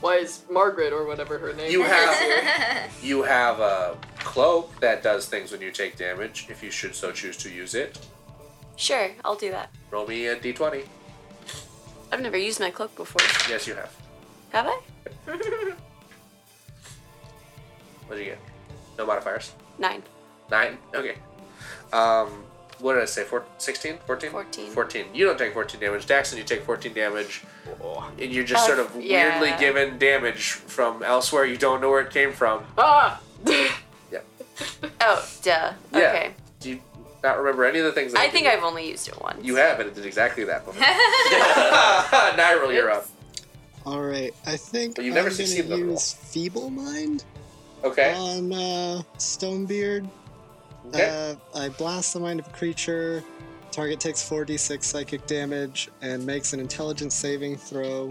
Why is Margaret or whatever her name?
You
is?
have you have a cloak that does things when you take damage, if you should so choose to use it.
Sure, I'll do that.
Roll me a d20.
I've never used my cloak before.
Yes, you have.
Have I?
What did you get? No modifiers.
Nine.
Nine? Okay. Um, what did I say? Four, 16? 14?
14.
14. You don't take 14 damage. Daxon, you take 14 damage. And you're just
Oh,
sort of
yeah.
weirdly given damage from elsewhere. You don't know where it came from.
Ah!
Yeah.
Oh, duh.
Yeah.
Okay.
Do you not remember any of the things that
I
you
think
did?
I've only used it once.
You have, and it did exactly that before. Nyril, you're up.
All right, I think
But you've never
I'm gonna
succeeded on the roll.
use Feeble Mind
Okay.
on uh, Stonebeard.
okay.
Uh, I blast the mind of a creature. Target takes 4d6 psychic damage and makes an intelligence saving throw.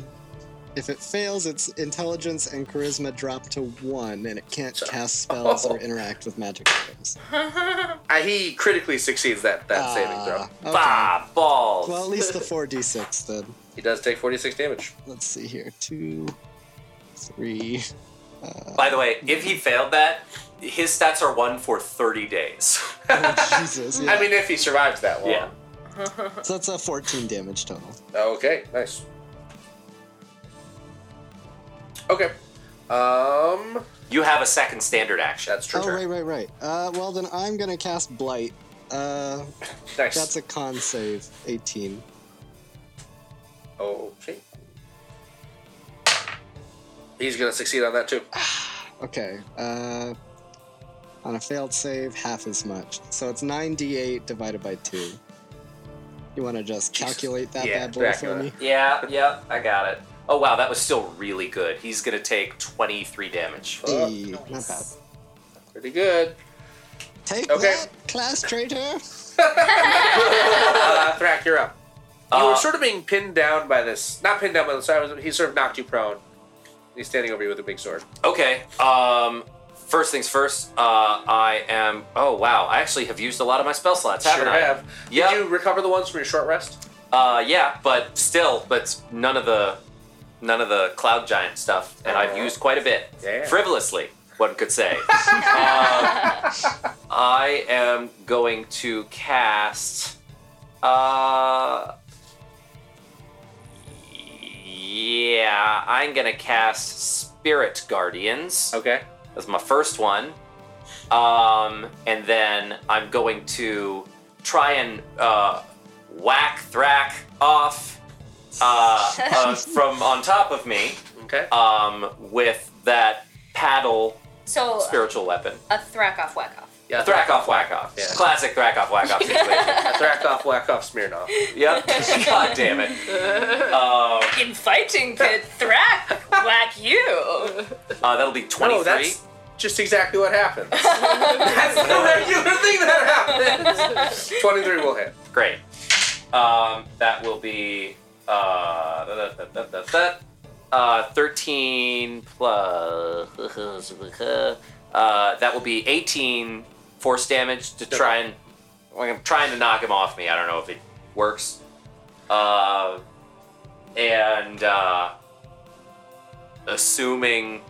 If it fails, its intelligence and charisma drop to one, and it can't cast spells
Oh.
or interact with magic items.
Uh, he critically succeeds that, that saving throw.
Ah, okay.
Bah balls.
Well, at least the 4d6 then.
He does take 46 damage.
Let's see here. Two, three.
By the way, if he failed that, his stats are one for thirty days.
Oh, Jesus. Yeah.
I mean, if he survives that long.
Yeah.
so that's a 14 damage total.
Okay, nice. Okay. Um,
You have a second standard action.
that's true.
oh, right, right, right. Uh, well, then I'm going to cast Blight. Uh,
Nice.
that's a con save, 18.
okay. He's gonna succeed on that too.
Okay. Uh, on a failed save, half as much. So it's 9d8 divided by 2. You want to just calculate that
Yeah,
bad boy for
Dracula.
me?
Yeah, yeah, I got it. Oh wow, that was still really good. He's gonna take twenty-three damage.
Hey, not bad.
Pretty good.
Take
Okay.
that, class traitor!
Uh, Thrak, you're up. You
Uh,
were sort of being pinned down by this. Not pinned down by the side. He sort of knocked you prone. He's standing over you with a big sword.
Okay. Um. First things first. Uh, I am. Oh wow, I actually have used a lot of my spell slots, haven't
sure
I?
have.
Yeah.
Did you recover the ones from your short rest?
Uh, yeah, but still, but none of the none of the cloud giant stuff, and I've used quite a bit,
Yeah.
frivolously, one could say. Um, I am going to cast. Uh, yeah, I'm gonna cast Spirit Guardians.
Okay.
That's my first one. Um, and then I'm going to try and uh, whack Thrack off uh, uh, from on top of me
Okay.
um, with that paddle
Oh.
So
spiritual weapon.
a thrack off, whack off.
yeah.
Thrack off, whack off.
Yeah.
Classic Thrack off, whack off situation.
Thrak off, whack off, Smirnoff.
yep. God damn it. Um,
In fighting, kid, thrack, whack you.
uh, that'll be 23.
No, Oh, that's just exactly what happens. that's the regular thing that happens. 23 will hit.
Great. Um, that will be uh, da- da- da- da- da- da. Uh, 13 plus. Uh, that will be 18 force damage to try and. I'm trying to knock him off me. I don't know if it works. Uh, and uh, assuming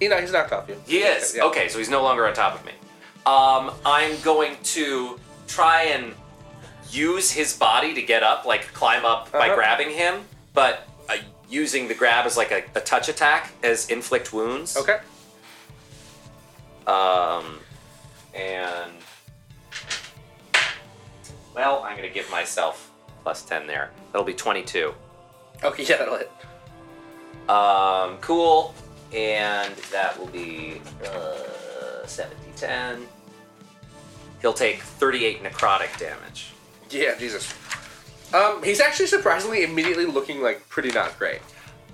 He, no, he's knocked off you.
he is.
Yeah.
Okay, so he's no longer on top of me. Um, I'm going to try and use his body to get up, like climb up by
Uh-huh.
grabbing him, but uh, using the grab as like a, a touch attack as inflict wounds.
Okay.
Um, and well, I'm gonna give myself plus ten there. That'll be twenty-two.
Okay, yeah, that'll hit.
Um, cool. And that will be uh, 70 10. He'll take 38 necrotic damage.
Yeah, Jesus. Um, he's actually surprisingly immediately looking like pretty not great.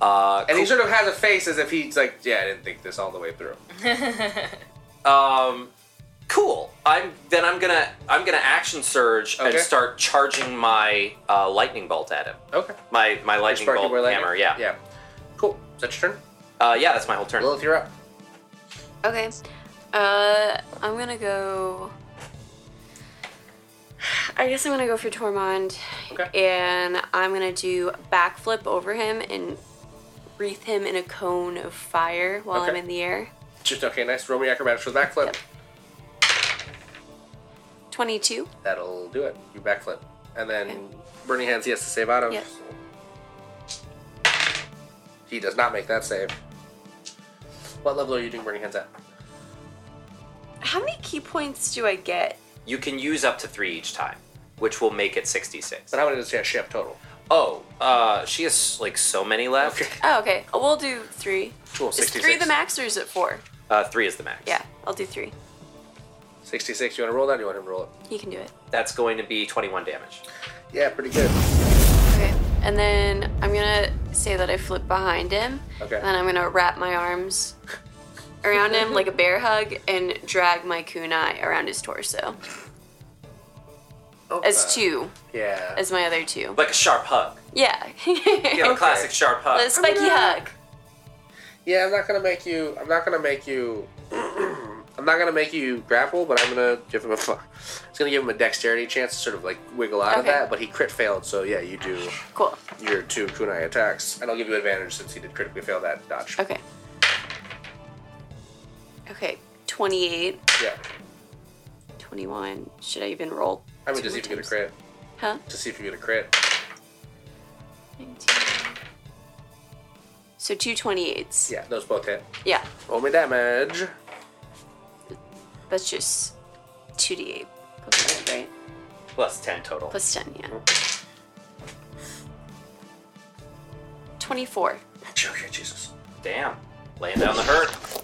Uh,
And he sort of has a face as if he's like, yeah, I didn't think this all the way through.
um, cool. I'm then I'm gonna I'm gonna action surge
Okay.
and start charging my uh, lightning bolt at him.
Okay.
My my lightning
Sparky
bolt
boy lightning.
hammer. Yeah.
Yeah. Cool. Is that your turn?
Uh, yeah. That's my whole turn.
Lilith, you're up.
Okay. Uh, I'm gonna go. I guess I'm gonna go for Tormund,
Okay.
and I'm gonna do a backflip over him and wreath him in a cone of fire while I'm
Okay.
in the air.
Just okay, nice. Roll me acrobatics for the backflip.
Yep. Twenty-two.
That'll do it. You backflip. And then Burning Hands, he has to save out of.
Yep.
He does not make that save. What level are you doing Burning Hands at?
How many key points do I get?
You can use up to three each time, which will make it sixty-six.
But how many does she have- she have total?
Oh, uh, she has like so many left.
Okay.
Oh, okay. We'll do three.
Cool,
Is three
66.
the max or is it four?
Uh, three is the max.
Yeah, I'll do three.
66. You want to roll that or you want him to roll it?
He can do it.
That's going to be twenty-one damage.
Yeah, pretty good.
Okay. And then I'm gonna say that I flip behind him.
Okay.
And I'm gonna wrap my arms around him like a bear hug and drag my kunai around his torso. As
Okay.
two,
Yeah.
as my other two.
Like a sharp hug.
yeah.
You know, a classic sharp hug.
The spiky hug.
yeah, I'm not gonna make you. I'm not gonna make you. I'm not gonna make you grapple, but I'm gonna give him a. fu- It's gonna give him a dexterity chance to sort of like wiggle out of
Okay.
that, but he crit failed, so yeah, you do
Cool.
your two kunai attacks, and I'll give you advantage since he did critically fail that dodge.
Okay. Okay. 28,
Yeah.
21. Should I even roll?
I mean,
two
just see
more
if you get a
times?
crit.
Huh?
To see if you get a crit.
19. So two 28s.
Yeah, those both hit.
Yeah.
Roll me damage.
That's just 2d8 plus 5, right?
Plus ten total.
Plus 10, yeah. 24.
Okay, Jesus.
Damn. Laying down the hurt.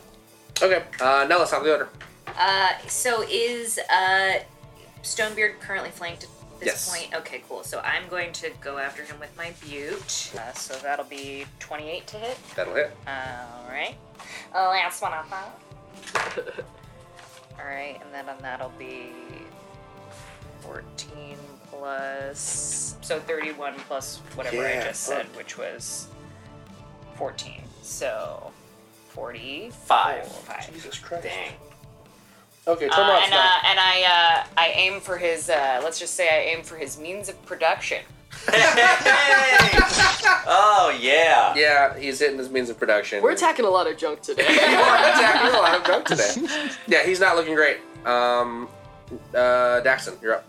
Okay, uh, now let's have the order.
Uh, so is uh, Stonebeard currently flanked at this
Yes.
point? Okay, cool. So I'm going to go after him with my butte. Uh, so that'll be 28 to hit.
That'll hit.
Uh, All right. Last one I thought. All right, and then on that'll be 14 plus so 31 plus whatever
Yeah,
I just said, which was 14. So 45.
Five.
Five.
Oh, Jesus Christ.
Dang.
Okay,
Uh,
Tormont's
and, uh, and I uh, I aim for his uh, let's just say I aim for his means of production.
Oh yeah.
Yeah, he's hitting his means of production.
We're attacking a lot of junk today.
You are attacking a lot of junk today. Yeah, he's not looking great. Um, uh, Daxon, you're up.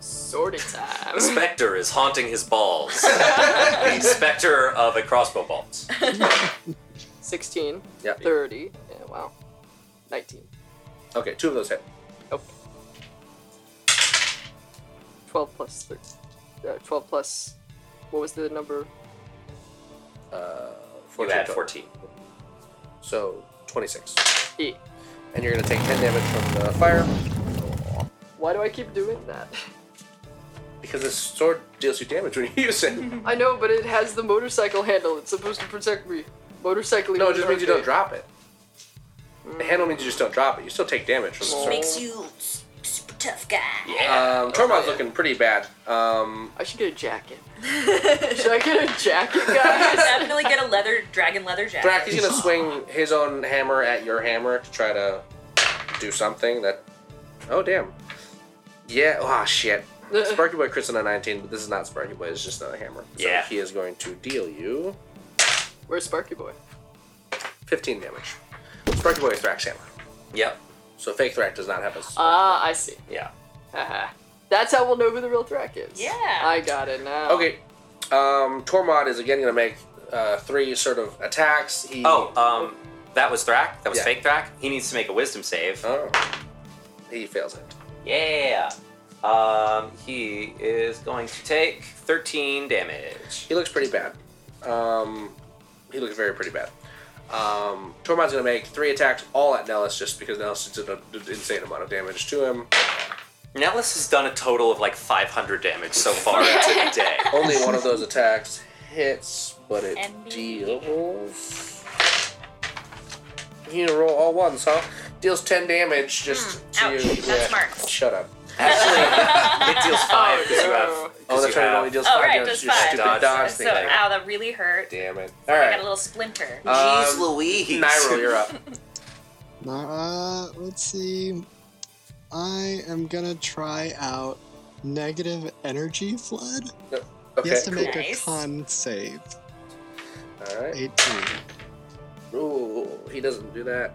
sort of time.
Spectre is haunting his balls. the spectre of a crossbow bolt.
16,
Yeah.
30, yeah, wow. 19,
Okay, two of those hit.
12 plus 3. Uh, 12 plus, what was the number?
Uh,
You
14
add
total.
14.
So, 26.
8.
And you're gonna take 10 damage from the fire
Why do I keep doing that?
because this sword deals you damage when you use it.
I know, but it has the motorcycle handle. It's supposed to protect me. Motorcycling.
No, it
is
just means you don't
okay.
drop it. The handle means you just don't drop it. Um, You still take damage from the sword.
Makes you s- super tough guy.
Um, Tormod's looking pretty bad. Um,
I should get a jacket. should I get a jacket, guys?
Definitely get a leather dragon leather jacket.
Brack is gonna swing his own hammer at your hammer to try to do something that. Oh damn. Yeah. Oh shit. Sparky Boy crits on a 19, but this is not Sparky Boy. It's just another hammer. So
Yeah.
He is going to deal you
Where's Sparky Boy?
15 damage. Sparky Boy is Thrax hammer.
Yep.
So fake Thrax does not have a.
Uh.
Ah, I see.
Yeah.
Haha. That's how we'll know who the real Thrak is.
Yeah.
I got it now.
okay. Um, Tormod is again gonna make uh, three sort of attacks. He.
Oh, um, that was Thrak. That was
Yeah.
fake Thrak. He needs to make a wisdom save.
Oh. He fails it.
Yeah. Um, he is going to take 13 damage.
He looks pretty bad. Um, he looks very pretty bad. Um, Tormod's gonna make three attacks all at Nellis just because Nellis did an insane amount of damage to him.
Nellis has done a total of like 500 damage so far into the day.
Only one of those attacks hits, but it
And the-
deals. You roll all ones, huh? Deals ten damage just to
Hmm, ouch,
you.
that's smart.
Shut up.
Actually, it deals five because you have.
Oh,
'cause
that's
you
right. It
have-
only deals
Oh,
five
right,
damage.
does
to your
five.
Stupid
Dodge.
dodge
So
thing. like-
ow, that really hurt.
Damn it. All
I got a
right.
little splinter.
Jeez
Um,
Louise.
Nairo, you're up.
Uh, let's see. I am gonna try out negative energy flood.
Okay.
he has to make a
Nice.
con save.
All right.
18.
Ooh, he doesn't do that.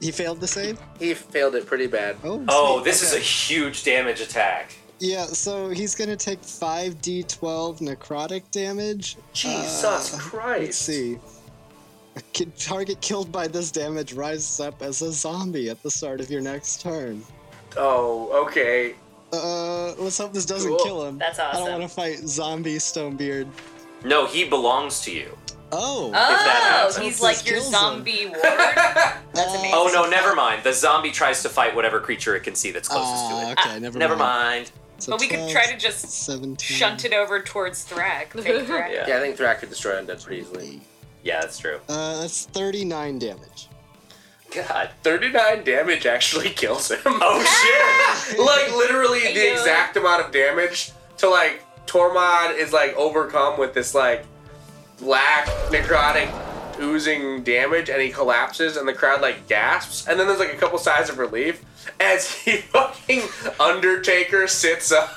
He failed the save.
He failed it pretty bad.
Oh.
Oh,
sweet,
this is a
okay.
huge damage attack.
Yeah, so he's gonna take 5d12 necrotic damage.
Jesus
Uh,
Christ.
Let's see. A kid target killed by this damage rises up as a zombie at the start of your next turn.
Oh, okay.
Uh, let's hope this doesn't
Cool.
kill him.
That's
I
awesome.
don't want to fight zombie Stonebeard.
No, he belongs to you.
Oh,
Oh,
happens,
he's
this
like your
kills him.
zombie ward. That's
Uh,
amazing.
Oh no, never mind. The zombie tries to fight whatever creature it can see that's closest to
Ah,
it.
okay, never,
Never mind.
So
But we could
12,
try to just
17.
shunt it over towards Thrag. Big Thrag.
Yeah.
Yeah, I think Thrak could destroy undead pretty easily.
Yeah, that's true.
Uh, that's 39 damage.
God.
39 damage actually kills him.
Oh
like literally the
Ayo.
exact amount of damage to like Tormod is like overcome with this like black necrotic oozing damage and he collapses and the crowd like gasps and then there's like a couple sighs of relief as he fucking Undertaker sits up.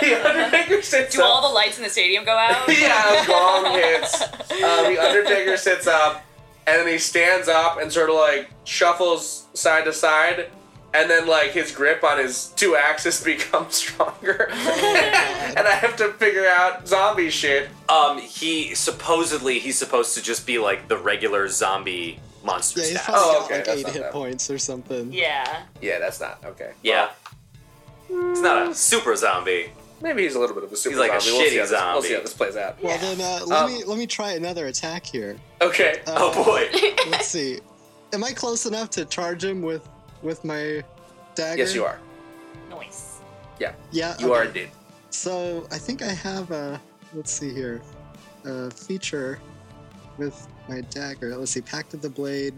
the Undertaker sits
Do
up.
all the lights in the stadium go out?
yeah, long hits. Um, the Undertaker sits up, and then he stands up and sort of like shuffles side to side, and then like his grip on his two axes becomes stronger, and I have to figure out zombie shit.
shit. Um, he supposedly he's supposed to just be like the regular zombie monster
Yeah, he's
stat.
probably
Oh,
got
okay,
like
that's
8
not
hit
bad.
points or something.
Yeah.
Yeah, that's not okay.
Yeah. It's not a super zombie.
Maybe he's a little bit of a super
He's like a
zombie. we'll see
shitty
how this, We'll see
zombie.
how this plays out.
Well then, uh, let
Um,
me let me try another attack here.
Okay.
Uh,
Oh boy.
let's see. Am I close enough to charge him with with my dagger?
Yes, you are.
Noise.
Yeah,
You are
okay.
indeed.
So I think I have a let's see here, a feature with my dagger. Let's see, Pact of the Blade,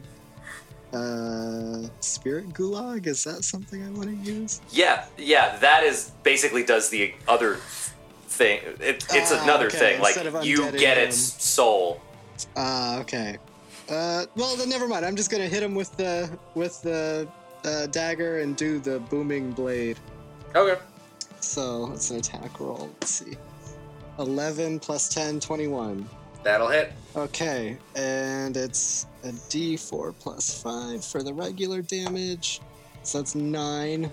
uh, Spirit Gulag. Is that something I want to use?
Yeah, yeah, that is basically does the other thing. It, it's
Ah,
another
okay,
thing. Like
instead of
you
undeading
get
him.
its soul.
Ah, okay. Uh, well then, never mind. I'm just gonna hit him with the with the uh, dagger and do the booming blade.
Okay.
So it's an attack roll. Let's see. 11 plus 10, 21.
That'll hit.
Okay, and it's a d4 plus 5 for the regular damage. So that's 9,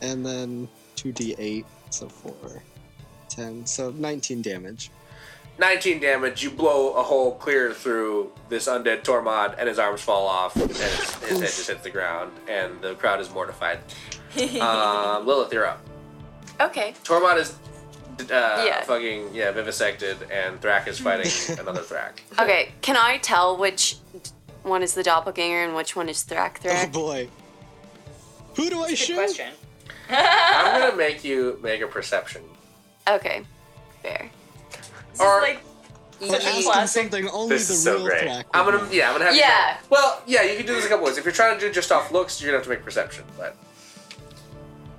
and then 2d8, so 4, 10, so 19 damage.
19 damage. You blow a hole clear through this undead Tormod, and his arms fall off, and his, his head just hits the ground, and the crowd is mortified. Um, Lilith, you're up.
Okay.
Tormod is uh,
Yeah.
fucking yeah vivisected, and Thrak is fighting another Thrak.
Okay. Can I tell which one is the doppelganger and which one is Thrak
Oh
Thrak?
boy. Who do I shoot?
Good question.
I'm gonna make you make a perception.
Okay. Fair.
This
Or
is like
We're
such a
asking
classic.
something only
This
the
is so
real
great.
Thrak
I'm
would
gonna
know.
yeah I'm gonna have you
Yeah.
make- well yeah you can do this a couple ways. If you're trying to do just off looks, you're gonna have to make perception. But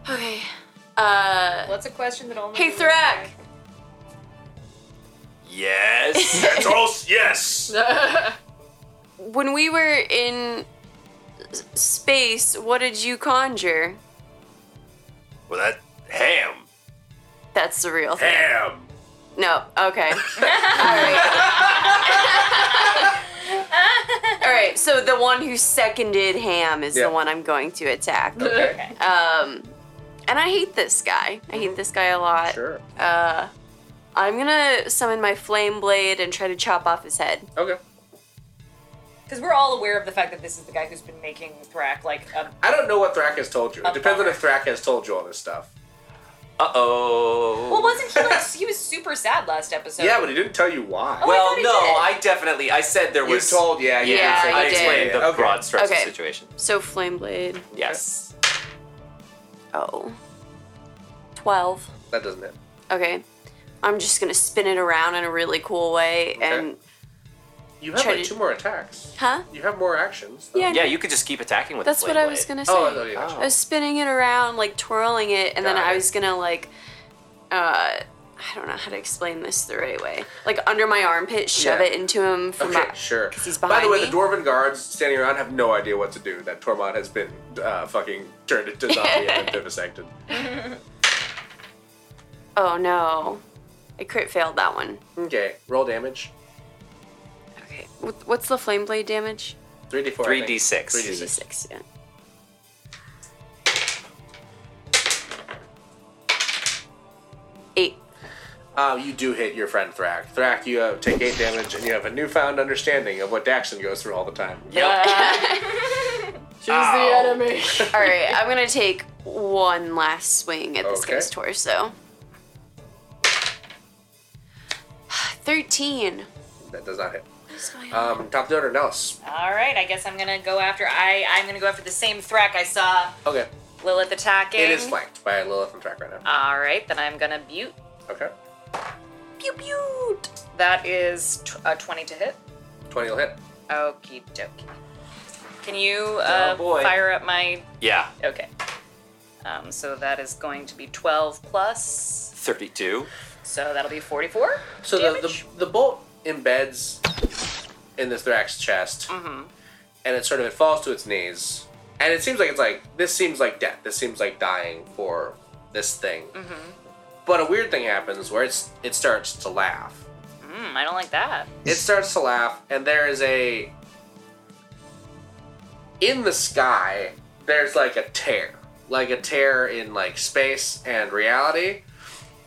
Okay. Uh.
What's a question that only?
Hey, Thrak.
Yes.
Trolls, yes.
When we were in s- space, what did you conjure?
Well, that ham,
That's the real thing.
ham.
No. Okay. All right. All right. So the one who seconded Ham is
Yeah.
the one I'm going to attack.
okay,
Um, and I hate this guy. I hate this guy a lot.
sure,
Uh, I'm gonna summon my flame blade and try to chop off his head.
okay.
Because we're all aware of the fact that this is the guy who's been making Thrak like a
I don't know what Thrak has told you. It
A
depends on
bummer.
if Thrak has told you all this stuff.
Uh oh.
Well, wasn't he like he was super sad last episode?
yeah, but he didn't tell you why.
Oh, I
Well,
thought he
no,
did.
I definitely I said there
You
was
told, yeah, you
yeah,
did say
I
you did.
explained the
Okay.
broad strokes of
Okay.
the situation.
So flame blade.
Yes.
Oh. 12.
That doesn't hit.
Okay. I'm just going to spin it around in a really cool way and.
You have
Try
like
to-
two more attacks.
Huh?
You have more actions. though.
Yeah,
Yeah, you could just keep attacking with.
that's
the
what
blade
I was going to
blade.
say.
Oh, no, yeah.
Oh.
I was spinning it around, like twirling it, and then
Got
I
it.
was gonna like, uh, I don't know how to explain this the right way. Like under my armpit, shove
Yeah.
it into him from
Okay,
my-
sure.
'cause he's
By the
behind
way,
me.
the dwarven guards standing around have no idea what to do. That Tormod has been uh, fucking turned into zombie and then vivisected.
Oh no, I crit failed that one.
Okay, roll damage.
Okay, What- what's the flame blade damage?
3d4. I think.
3d6.
3d6.
Six. Yeah. Eight.
Uh, you do hit your friend Thrak. Thrak, you uh, take 8 damage and you have a newfound understanding of what Daxon goes through all the time.
She's the enemy.
All right, I'm gonna take one last swing at this
Okay.
guy's torso. Thirteen.
That does not hit.
What is going on?
Um, top of the order, Nels.
All right, I guess I'm gonna go after. I I'm gonna go after the same Thrak I saw
Okay.
Lilith attacking.
It is flanked by Lilith and Thrak right now.
All right, then I'm gonna butte.
Okay.
pew pew.
That is tw- a 20 to hit.
20 will hit.
Okie dokie. Can you uh,
boy.
fire up my?
Yeah,
Okay. Um, so that is going to be 12 plus.
32.
So that'll be 44.
So the,
damage.
the the bolt embeds in this Thrax chest,
Mm-hmm.
and it sort of it falls to its knees, and it seems like it's like this seems like death. This seems like dying for this thing.
Mm-hmm.
But a weird thing happens where it's it starts to laugh.
Hmm, I don't like that.
It starts to laugh, and there is a in the sky. There's like a tear, like a tear in like space and reality,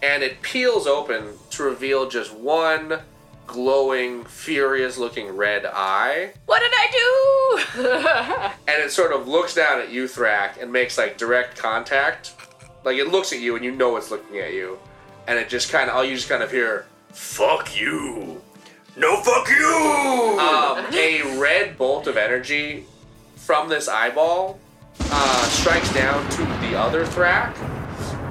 and it peels open to reveal just one glowing, furious-looking red eye,
What did I do?
and it sort of looks down at you, Thrak, and makes like direct contact. Like it looks at you, and you know it's looking at you, and it just kind of all you just kind of hear.
Fuck you. No, fuck you.
um, a red bolt of energy from this eyeball uh, strikes down to the other thrack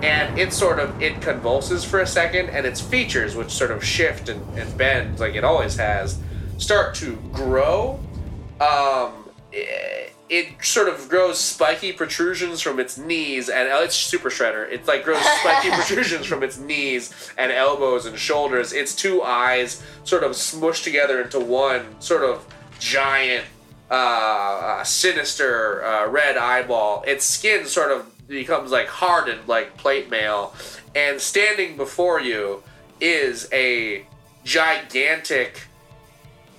and it sort of it convulses for a second and its features which sort of shift and, and bend like it always has start to grow um, eh, it sort of grows spiky protrusions from its knees and oh, it's super shredder. It like grows spiky protrusions from its knees and elbows and shoulders. Its two eyes sort of smushed together into one sort of giant, uh, uh, sinister uh, red eyeball. Its skin sort of becomes like hardened, like plate mail. And standing before you is a gigantic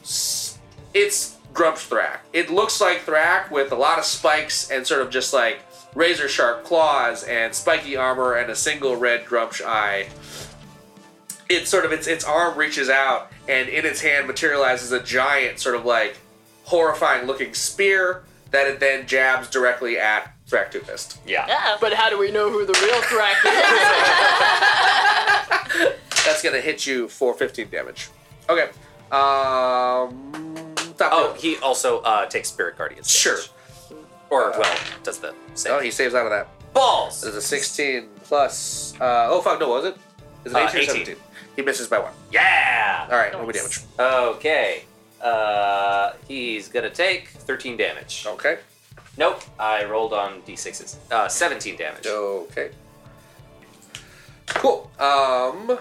s- it's Grump Thrak. It looks like Thrak with a lot of spikes and sort of just like razor sharp claws and spiky armor and a single red Grumsh eye. It sort of its its arm reaches out and in its hand materializes a giant sort of like horrifying looking spear that it then jabs directly at Thrak Toothed.
Yeah.
But how do we know who the real Thrak is?
That's gonna hit you for 15 damage. Okay. Um, top
Oh,
row.
he also uh, takes Spirit Guardian. damage.
sure.
Or, well, does the same.
Oh, he saves out of that.
Balls!
There's a 16 plus. Uh, oh, fuck, no, what was it? Is it
Uh,
18, or
18.
17? He misses by one.
Yeah!
Alright, one more damage.
Okay. Uh, he's gonna take 13 damage.
Okay.
Nope, I rolled on d6s. Uh, 17 damage.
Oh. Okay. Cool. Um.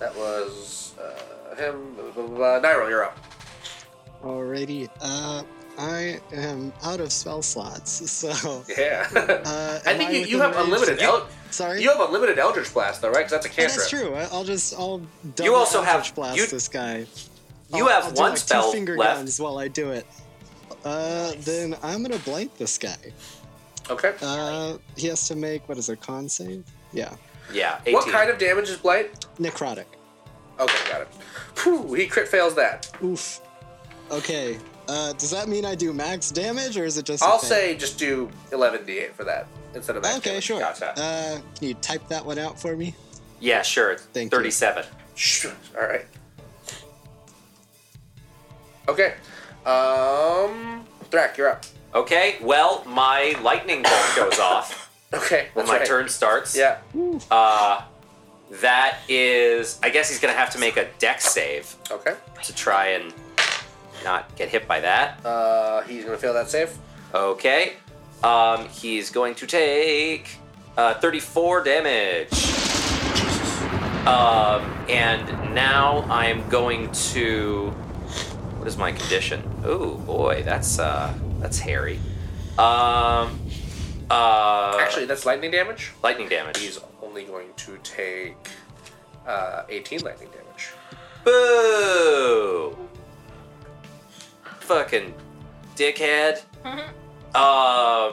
That was uh, him. Blah, blah, blah. Nyril, you're up.
Alrighty. Uh, I am out of spell slots, so.
Yeah.
Uh,
I
am
think you,
within
you have
range?
unlimited. El-
Sorry.
you have unlimited Eldritch Blast, though, right? Because that's a
Oh,
cantrip.
that's true. I- I'll just I'll. Double
You also have-
Eldritch blast
you-
this guy.
You
I'll-
have
I'll do,
one
like,
spell
two finger
left.
guns while I do it. Uh, then I'm gonna blight this guy.
Okay.
Uh, he has to make what is it, con save? Yeah,
Yeah, 18.
What kind of damage is Blight?
necrotic.
Okay, got it. Whew, he crit fails that.
Oof. Okay. Uh, does that mean I do max damage or is it just? a
I'll
thing?
say just do 11d8 for that instead of that.
Okay,
damage.
sure.
Gotcha.
Uh, can you type that one out for me?
Yeah, sure. it's
Thank you.
37.
Sure. All right. Okay. Um, Thrak, you're up.
Okay, well, my lightning bolt goes off
Okay.
when
that's
my
right.
turn starts.
Yeah.
Uh, that is, I guess he's gonna have to make a deck save
Okay.
to try and not get hit by that.
Uh, he's gonna fail that save.
Okay, um, he's going to take uh, 34 damage. Um, and now I am going to. What is my condition? Oh boy, that's uh, that's hairy. Um, uh,
Actually, that's lightning damage.
lightning damage.
He's only going to take uh, 18 lightning damage.
Boo! Fucking dickhead. um, uh,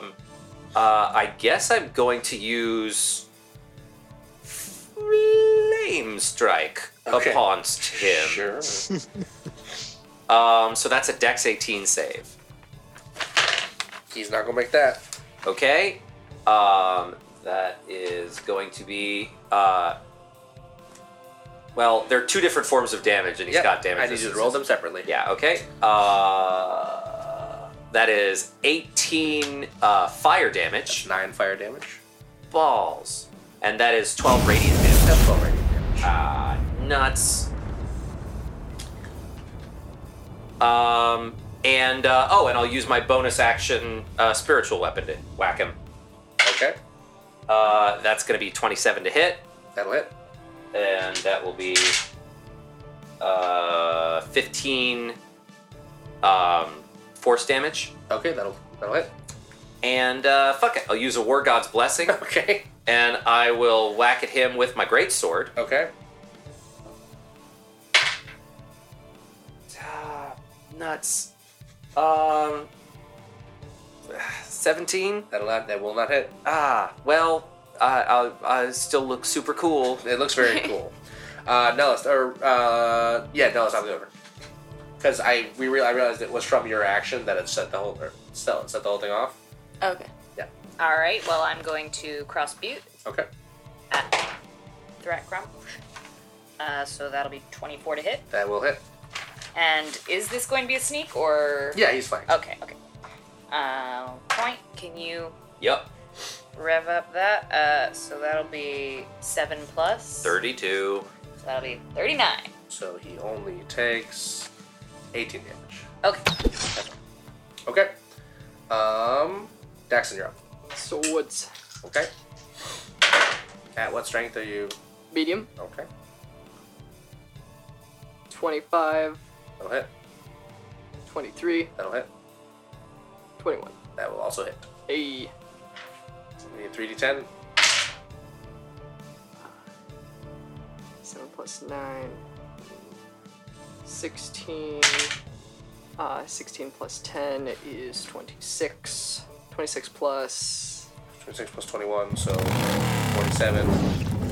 I guess I'm going to use flame strike
Okay.
upon him.
Sure.
Um, so that's a Dex 18 save.
he's not gonna make that.
Okay. Um, that is going to be. Uh, well, there are two different forms of damage, and he's
Yep,
got damage.
I need you to roll them separately.
Yeah, okay. Uh, that is 18 uh, fire damage.
Nine fire damage.
Balls. And that is 12 radiant damage.
That's 12 radiant damage.
Ah, nuts. Um, and, uh, oh, and I'll use my bonus action uh, spiritual weapon to whack him.
Okay.
Uh, that's going to be 27 to hit,
That'll hit.
and that will be uh, 15 um, force damage.
Okay, that'll that'll hit.
And uh, fuck it, I'll use a War God's Blessing,
Okay.
and I will whack at him with my great sword.
Okay.
Ah, nuts. Um, seventeen.
That'll not, that will not hit.
Ah, well, I, I I still look super cool.
It looks very cool. Uh, Nellis, or uh, yeah, Nellis, I'm over. Because I we real, I realized it was from your action that it set the whole or so it set the whole thing off.
Okay.
All right. Well, I'm going to cross butte
Okay.
at Thrakrum. Uh, so that'll be 24 to hit.
That will hit.
And is this going to be a sneak or?
Yeah, he's fine.
Okay. Okay. Uh, point. Can you
Yep,
rev up that? Uh, so that'll be seven plus.
thirty-two.
So that'll be 39.
So he only takes 18 damage.
Okay.
Okay. Um, Daxon, you're up.
Swords.
Okay. At what strength are you?
Medium.
Okay.
25,
That'll hit.
23,
That'll hit.
21.
That will also hit.
Hey.
We need 3d10.
7 plus 9. 16. Uh, 16 plus 10 is 26. 26 plus.
26 plus 21, so 47.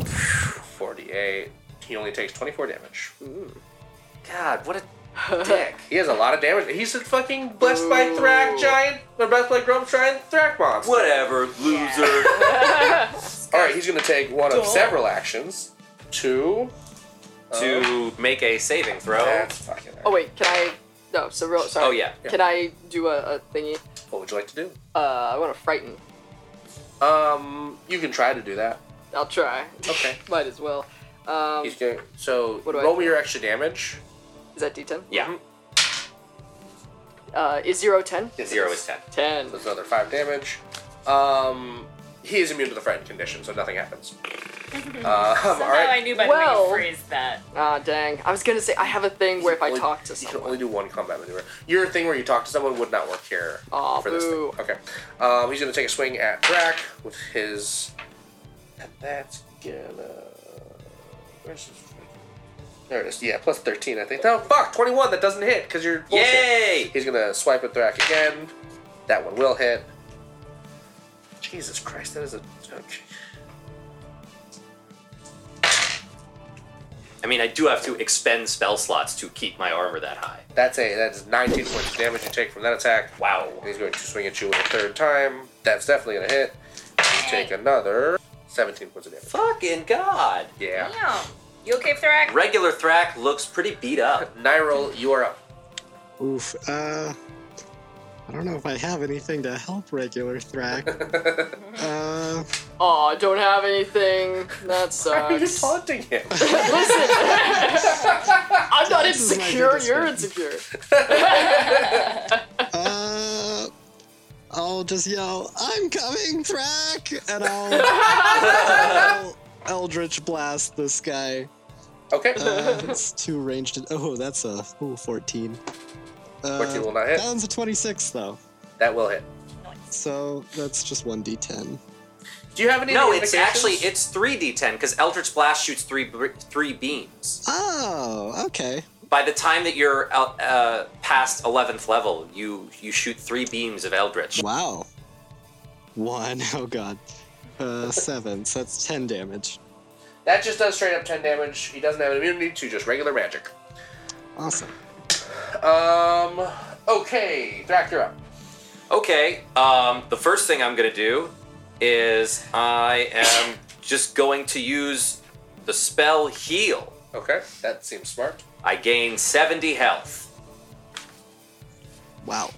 48. He only takes 24 damage.
God, what a dick.
He has a lot of damage. He's a fucking blessed by Thrak giant, or blessed by Grump giant Thrak monster.
Whatever, loser.
All right, he's gonna take one of several actions. Two.
to make a saving throw.
That's fucking.
Oh, wait, can I. No, so real. Sorry.
Oh, yeah.
Can I do a, a thingy?
What would you like to do?
Uh, I want to frighten.
Um, you can try to do that.
I'll try.
Okay.
Might as well. Um,
He's going so
do I
roll
do?
me your extra damage.
is that D10?
Yeah,
Uh, is 0 10?
zero is ten.
10.
That's another five damage. Um, he is immune to the frightened condition, so nothing happens. Um, all
Somehow I
right.
knew by the way
Well-
you phrased that.
Ah, dang. I was gonna say, I have a thing where if I
Only-
talk to
you can
someone.
only do one combat maneuver. Your thing where you talk to someone would not work here
Aw,
for this thing.
boo.
Okay. Um, he's gonna take a swing at Drac with his, and that's gonna. Where's his? freaking- There it is. Yeah, plus thirteen, I think. No, fuck, twenty-one. That doesn't hit because you're. Bullshit.
Yay!
He's gonna swipe at Thrak again. That one will hit. Jesus Christ, that is a. Okay.
I mean, I do have to expend spell slots to keep my armor that high.
That's a that is 19 points of damage you take from that attack.
Wow.
And He's going to swing at you with a third time. That's definitely gonna hit. You take another 17 points of damage.
Fucking god.
Yeah.
Damn. You okay, Thrak?
Regular Thrak looks pretty beat up.
Nyril, you are up.
Oof. Uh,
I don't know if I have anything to help regular Thrak. uh,
Aw, don't have anything. That sucks.
taunting him?
I'm not
This is my
insecure.
biggest
You're
one.
insecure.
uh, I'll just yell, "I'm coming, Thrak!" and I'll, I'll Eldritch blast this guy.
Okay.
Uh, it's two ranged. Oh, that's a ooh, 14. Uh,
14 will not hit.
That one's a 26 though,
That will hit.
so that's just one d10.
Do you have any?
No, it's
indications?
actually it's three d10 because Eldritch Blast shoots three br- three beams.
Oh, okay.
By the time that you're out, uh, past eleventh level, you you shoot three beams of Eldritch.
Wow. One. Oh god. Uh, seven. So that's ten damage.
that just does straight up ten damage. He doesn't have an immunity to just regular magic.
Awesome.
Um. Okay, Thrak, you're up.
Okay. Um, the first thing I'm gonna do is I am just going to use the spell Heal.
Okay, that seems smart.
I gain seventy health.
Wow.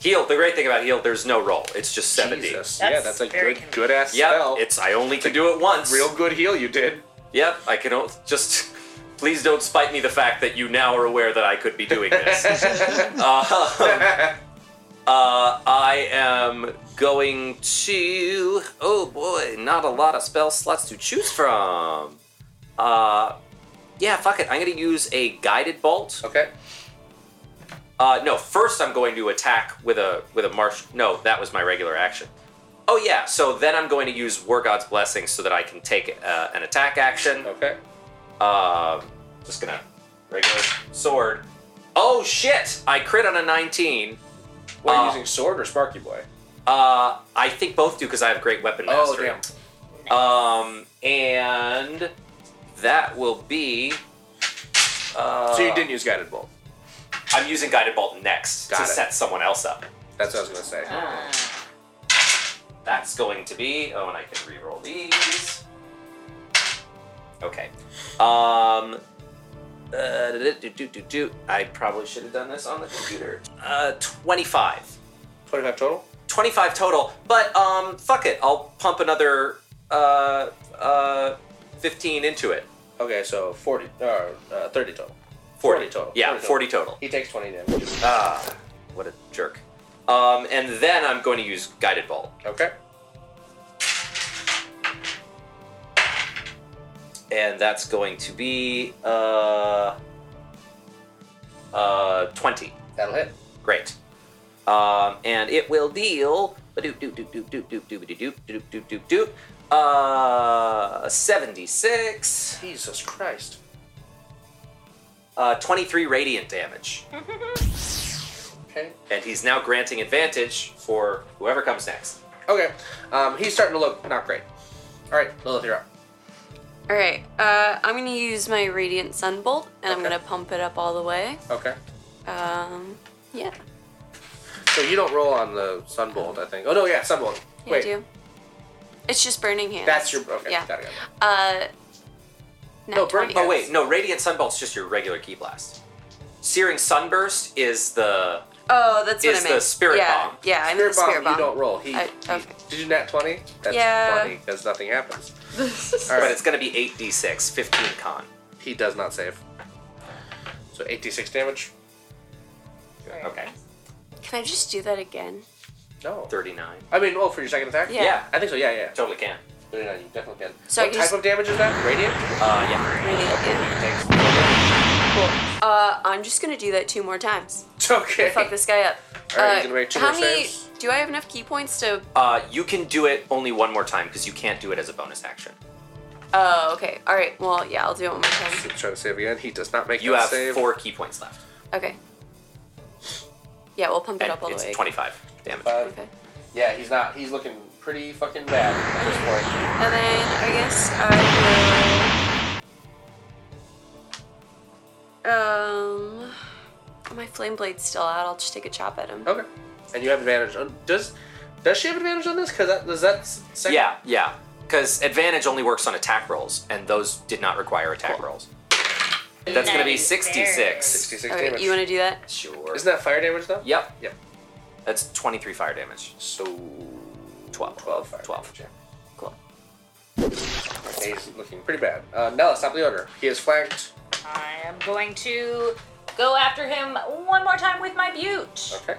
Heal. The great thing about heal, there's no roll. It's just seventy.
Jesus.
That's
yeah, that's a
very
good, good ass
Yeah,
spell.
it's I only can do it once.
real good heal you did.
Yep, I can o- just. Please don't spite me the fact that you now are aware that I could be doing this. uh, uh, I am going to. Oh boy, not a lot of spell slots to choose from. Uh, yeah, fuck it. I'm going to use a guided bolt.
Okay.
Uh, no, first I'm going to attack with a with a marsh. No, that was my regular action. Oh yeah, so then I'm going to use War God's Blessing so that I can take uh, an attack action.
Okay.
Um, just gonna regular sword. Oh shit! I crit on a 19.
We're
Uh,
using sword or Sparky Boy.
Uh, I think both do because I have great weapon
Oh,
mastery. Um, and that will be. Uh,
So you didn't use guided bolt.
I'm using guided bolt next to
Got it.
set someone else up.
That's what I was gonna say.
Ah.
That's going to be. Oh, and I can reroll these. Okay. Um. Uh, do, do, do, do, do. I probably should have done this on the computer. Uh, 25.
Twenty-five total.
25 total. But um, fuck it. I'll pump another uh uh 15 into it.
Okay, so forty or uh, thirty total.
40,
40 total.
Yeah, 40
40
total.
He takes twenty damage.
Ah, what a jerk. Um, and then I'm going to use guided bolt.
Okay.
and that's going to be uh, uh, 20.
That'll hit.
Great. Um, and it will deal doop doop doop doop doop doop doop doop doop doop doop doop uh 76
Jesus Christ.
uh 23 radiant damage
Okay.
and he's now granting advantage for whoever comes next
Okay. Um, he's starting to look not great. All right, Lilith, you're up.
All right, uh, I'm gonna use my radiant sunbolt and I'm
Okay.
gonna pump it up all the way.
Okay.
Um, yeah,
So you don't roll on the sunbolt, I think. Oh no, yeah, sunbolt.
yeah, I
Wait,
do. It's just burning hands.
that's your okay.
Yeah.
Got it, got it.
Uh, nat
No, burn-
20.
oh wait no radiant sunbolt's just your regular key blast searing sunburst is the
Oh, that's what
It's
I meant.
the spirit
yeah.
bomb.
Yeah, I meant the spirit bomb.
You don't roll. He,
I-
he-
okay.
did you nat twenty? That's
Yeah.
funny because nothing happens. All
but
right.
it's going to be 8d6 15 con
He does not save. So 86 damage.
okay
Can I just do that again?
No.
39
I mean, oh, for your second attack.
Yeah.
yeah.
I think so. Yeah, yeah.
Totally can.
39. You definitely can.
So
what
I can
type
just-
of damage is that? Radiant.
Uh, yeah.
Radiant, yeah. Cool. Uh, I'm just gonna do that two more times.
Okay.
Fuck this guy up.
All right,
Uh,
you gonna make two
how
more
many?
saves.
Do I have enough key points to?
Uh, you can do it only one more time because you can't do it as a bonus action.
Oh, okay. All right. Well, yeah, I'll do it one more time.
Try to save again. He does not make
You
that
have
save.
four key points left,
Okay. Yeah, we'll pump it
and
up all the
it's
way.
25 damage.
Uh,
Okay.
yeah, he's not. He's looking pretty fucking bad at this point.
And then I guess I will. Um, my flame blade's still out. I'll just take a chop at him.
Okay. And you have advantage. on Does does she have advantage on this? Because that does that. s- Second?
yeah, yeah. Because advantage only works on attack rolls, and those did not require attack rolls. That's gonna be
Nice.
66.
66
All right,
damage.
you want to do that?
Sure.
Isn't that fire damage though?
Yep.
Yep.
That's 23 fire damage.
So
12.
12 fire
12.
damage,
Cool.
yeah. He's looking pretty bad. Uh, Nella, stop the order. He is flanked.
I am going to go after him one more time with my butte.
Okay.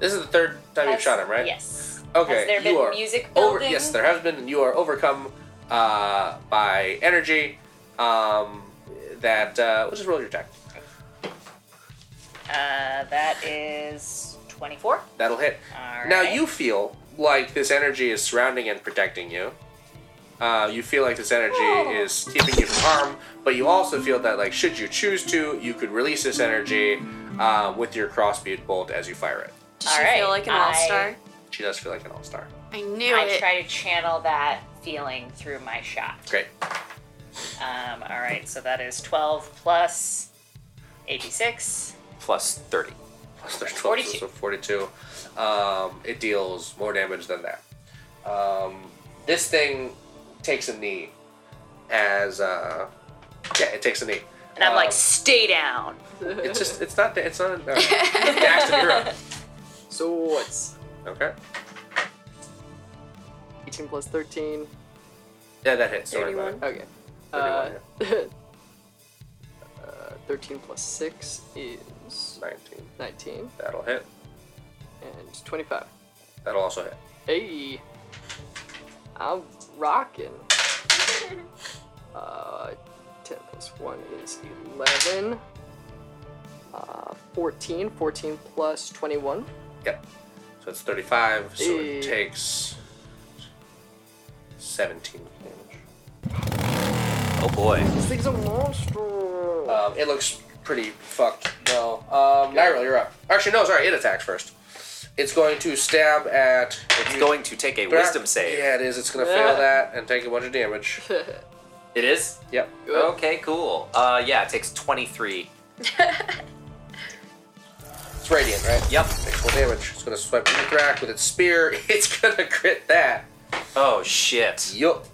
This is the third time you've
Has-
shot him, right?
Yes.
Okay.
Has there
you
been
are
music
over.
building?
Yes, there has been, and you are overcome uh, by energy. Um, that uh, we'll just roll your attack.
Uh, that is 24.
That'll hit.
All
Now
right.
you feel like this energy is surrounding and protecting you. Uh, you feel like this energy
Oh.
is keeping you from harm, but you also feel that like should you choose to, you could release this energy uh, with your crossbeam bolt as you fire it.
Does
All
she
right,
feel like an
I-
all star?
She does feel like an all star.
I knew
I
it.
try to channel that feeling through my shot.
Great.
Um, all right, so that is 12 plus 86.
Plus 30.
Plus there's 12,
42.
so 42. Um, it deals more damage than that. Um, this thing takes a knee as uh, yeah, it takes a knee.
And I'm like,
Um,
stay down.
It's just, it's not, it's not, uh, Daxton, you're up.
So what's
Okay.
18 plus 13?
Yeah, that hits. Sorry about it.
Okay. Uh,
Thirty-one,
uh, 13 plus 6 is
19.
19
That'll hit.
and 25.
That'll also hit.
Hey, I'm rocking. Uh, 10 plus 1 is 11. Uh, 14. 14 plus 21.
Yep. So it's 35, so
Eh.
it takes 17 damage.
Oh boy.
This thing's a monster.
Um, it looks pretty fucked. No. Um, Nyril, you're up. Actually, no, sorry, it attacks first. It's going to stab at.
It's going to take a wisdom save.
Yeah, it is. It's going to fail that and take a bunch of damage.
It is?
Yep.
Okay, cool. Uh, yeah, it takes 23.
It's radiant, right?
Yep.
Takes full damage. It's going to swipe the crack with its spear. It's going to crit that.
Oh, shit.
Yup.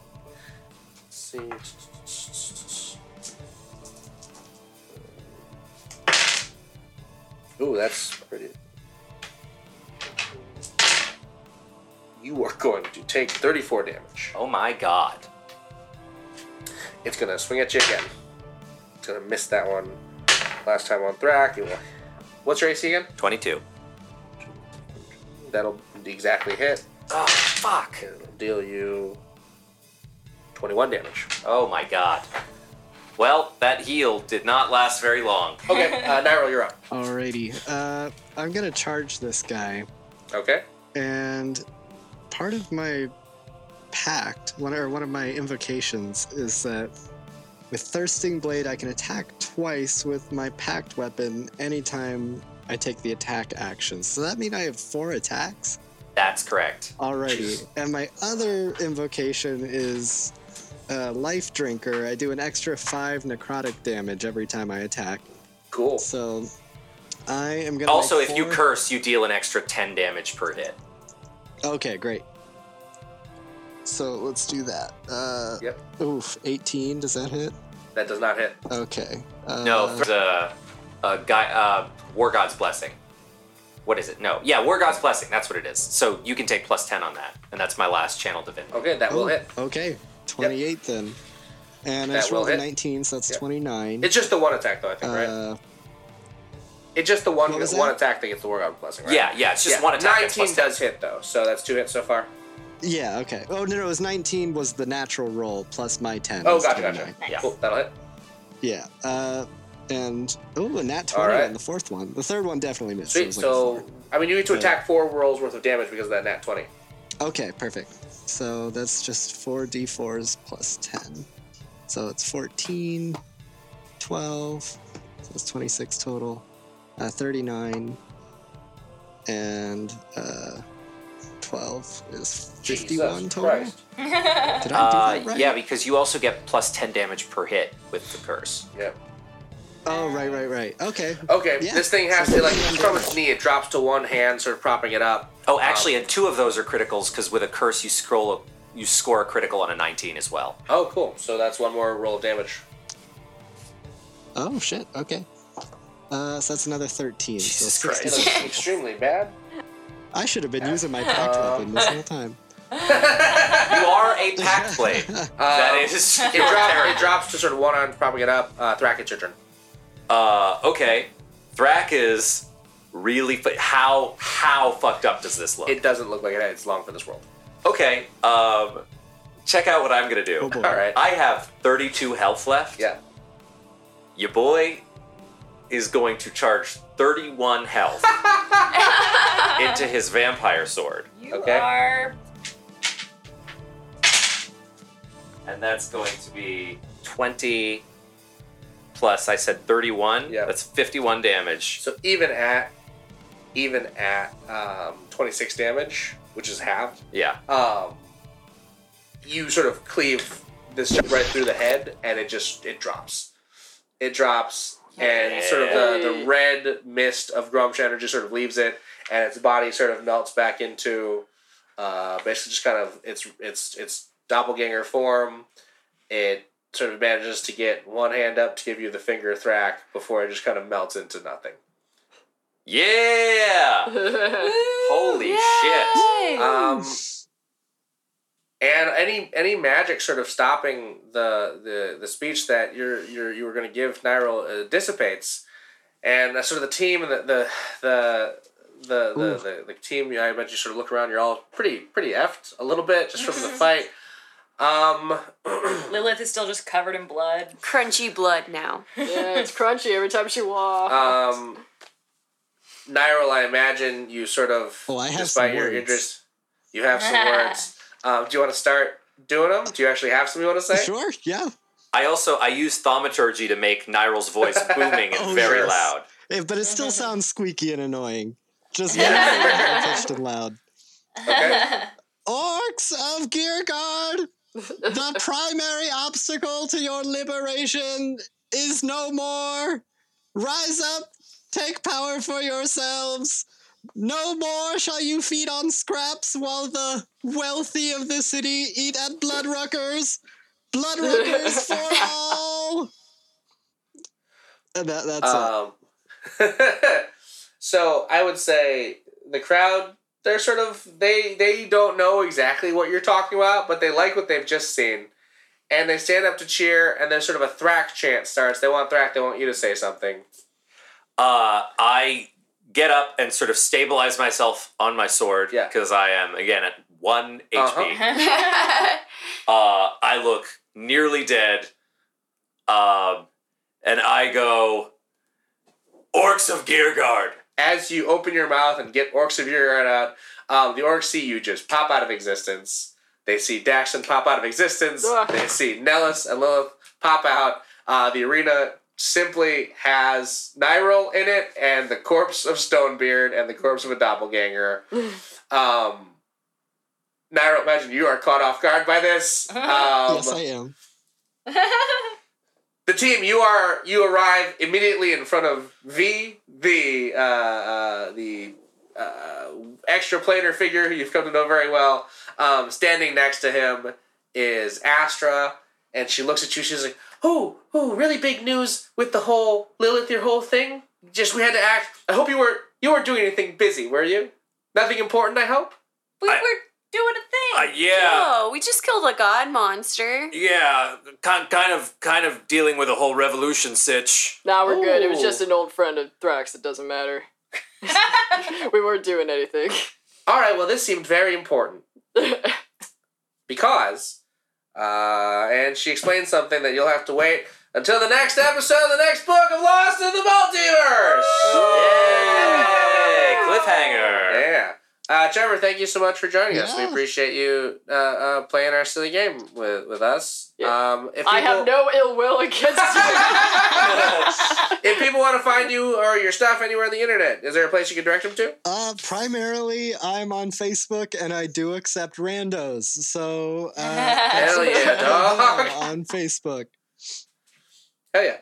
See. Ooh, that's pretty. You are going to take 34 damage.
Oh my god.
It's gonna swing at you again. It's gonna miss that one. Last time on Thrak. It will... What's your AC again?
22.
That'll exactly hit.
Oh, fuck.
It'll deal you 21 damage.
Oh my god. Well, that heal did not last very long.
Okay, uh, Nyril, you're up.
Alrighty. Uh, I'm gonna charge this guy,
Okay.
and part of my pact, one or one of my invocations, is that with Thirsting Blade, I can attack twice with my pact weapon anytime I take the attack action. So that means I have four attacks.
That's correct.
Alrighty. And my other invocation is uh, Life Drinker. I do an extra five necrotic damage every time I attack.
Cool.
So I am gonna.
Also,
make
if you
four-
curse, you deal an extra 10 damage per hit.
Okay, great. So let's do that. Uh,
Yep.
Oof, 18. Does that hit?
That does not hit.
Okay. Uh,
No, there's a, a guy, uh, War God's Blessing. What is it? No. Yeah, War God's Blessing. That's what it is. So you can take plus 10 on that. And that's my last channel divinity.
Okay, that will
oh,
hit.
Okay, 28 then. And I
That
just
will
rolled a
hit.
19, so that's
Yep.
29.
It's just the one attack, though, I think, right?
uh,
It's just the one
what was
one
that?
attack that gets the War God Blessing, right?
Yeah, yeah, it's just one attack. that's
19
plus 10.
does hit, though, so that's two hits so far.
yeah, okay. Oh, no, no, it was 19 was the natural roll plus my 10.
Oh,
is
gotcha,
29.
gotcha.
Yeah.
Cool, that'll hit.
Yeah. Uh, and, oh, a nat 20
All right.
on the fourth one. The third one definitely missed. it
Sweet.
was like a
So,
four.
I mean, you need to attack four rolls worth of damage because of that nat 20.
Okay, perfect. So that's just 4d4s plus 10. So it's 14, 12, so it's 26 total, uh, 39, and uh, 12 is 51
Jesus
total.
Christ.
Did I do
Uh,
that right?
Yeah, because you also get plus 10 damage per hit with the curse.
Yeah.
Oh, right, right, right. Okay.
Okay,
Yeah.
this thing has to, like, from its knee, it drops to one hand, sort of propping it up.
Oh, actually, and two of those are criticals because with a curse you scroll a, you score a critical on a 19 as well.
Oh, cool. So that's one more roll of damage.
Oh shit. Okay. Uh, so that's another thirteen. so
Jesus
16.
Christ.
extremely bad.
I should have been using my pack
Uh,
weapon this whole time.
You are a pack play. that is.
It, drop, it drops to sort of one on propping it up. Uh, Thrak, it's your turn.
Uh, okay. Thrak is really. Fu- how how fucked up does this look?
It doesn't look like it. It's long for this world.
okay. Um, check out what I'm gonna do.
Oh boy.
All right.
I have 32 health left.
Yeah.
Your boy is going to charge 31 health into his vampire sword.
You
Okay.
are.
And that's going to be 20 plus, I said 31.
Yeah.
That's 51 damage.
So even at even at um, 26 damage, which is halved,
Yeah.
um, you sort of cleave this chip right through the head, and it just it drops. It drops, and sort of the, the red mist of Grumsh energy sort of leaves it, and its body sort of melts back into uh, basically just kind of its its its doppelganger form. It sort of manages to get one hand up to give you the finger thrack before it just kind of melts into nothing.
Yeah! Holy shit.
Um, and any any magic sort of stopping the the, the speech that you're, you're you were going to give Nyril uh, dissipates, and uh, sort of the team and the the the. The, the, the, the team I imagine you sort of look around you're all pretty pretty effed a little bit just from the
Mm-hmm.
fight um
Lilith is still just covered in blood.
Crunchy blood now.
Yeah, it's crunchy every time she walks.
um Nyril I imagine you sort of
Oh, I have
despite
some
your
words.
interest you have some words um, do you want to start doing them do you actually have something you want to say
Sure. Yeah.
I also, I use thaumaturgy to make Nyril's voice booming and
Oh,
very
yes.
loud.
Eh, But it still sounds squeaky and annoying. Just really pitched and loud.
okay
Orcs of Gearguard, the primary obstacle to your liberation is no more. Rise up, take power for yourselves. No more shall you feed on scraps while the wealthy of the city eat at Bloodruckers. Bloodruckers for all. And that, that's it.
Um, so I would say the crowd they're sort of they they don't know exactly what you're talking about, but they like what they've just seen. And they stand up to cheer, and then sort of a Thrack chant starts. They want Thrack, they want you to say something.
uh, I get up and sort of stabilize myself on my sword
Yeah.
because I am again at one HP.
Uh-huh.
Uh, I look nearly dead, um, and I go, "Orcs of Gearguard."
As you open your mouth and get Orcs of your guard out, um, the Orcs see you just pop out of existence. They see Daxton pop out of existence.
Ah.
Ugh.
They see Nellis and Lilith pop out. Uh, the arena simply has Nyril in it and the corpse of Stonebeard and the corpse of a doppelganger. um, Nyril, imagine you are caught off guard by this. Um,
yes, I am.
the team you are you arrive immediately in front of V the uh, uh, the uh, extra planar figure who you've come to know very well. Um, standing next to him is Astra, and she looks at you. She's like, "Oh, oh, really big news with the whole Lilith, your whole thing. Just we had to act. I hope you weren't you weren't doing anything busy, were you? Nothing important, I hope."
we
I-
were doing a
Uh,
thing.
yeah,
Oh, we just killed a god monster.
yeah, kind, kind of, kind of dealing with a whole revolution sitch.
Now we're good. It was
Ooh.
just an old friend of Thrax. It doesn't matter. we weren't doing anything.
All right, well, this seemed very important. because, uh, and she explains something that you'll have to wait until the next episode of the next book of Lost in the Multiverse!
Yay! Cliffhanger.
Yeah. Uh, Trevor, thank you so much for joining us. We
Yeah.
appreciate you uh, uh, playing our silly game with, with us.
Yeah.
Um, if people,
I have no ill will against you.
if people want to find you or your stuff anywhere on the internet, is there a place you can direct them to?
Uh, primarily, I'm on Facebook and I do accept randos. So, uh,
Hell yeah, dog.
on Facebook.
Hell yeah.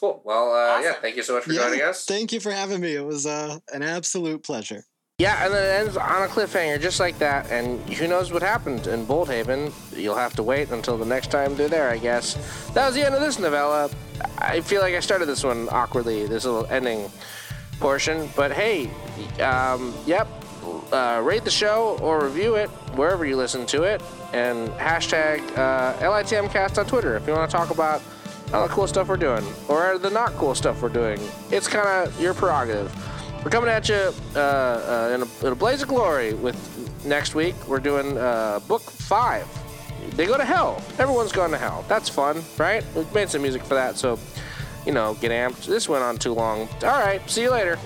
Cool. Well, uh, yeah,
Awesome.
thank you so much for
Yeah,
joining us.
Thank you for having me. It was uh, an absolute pleasure.
Yeah, and then it ends on a cliffhanger just like that, and who knows what happened in Boldhaven. You'll have to wait until the next time they're there, I guess. That was the end of this novella. I feel like I started this one awkwardly, this little ending portion, but hey, um, yep, uh, rate the show or review it wherever you listen to it, and hashtag uh, LITMcast on Twitter if you want to talk about all the cool stuff we're doing or the not cool stuff we're doing. It's kind of your prerogative. We're coming at you uh, uh, in, a, in a blaze of glory with next week. We're doing uh, book five. They go to hell. Everyone's going to hell. That's fun, right? We've made some music for that, so, you know, get amped. This went on too long. All right, see you later.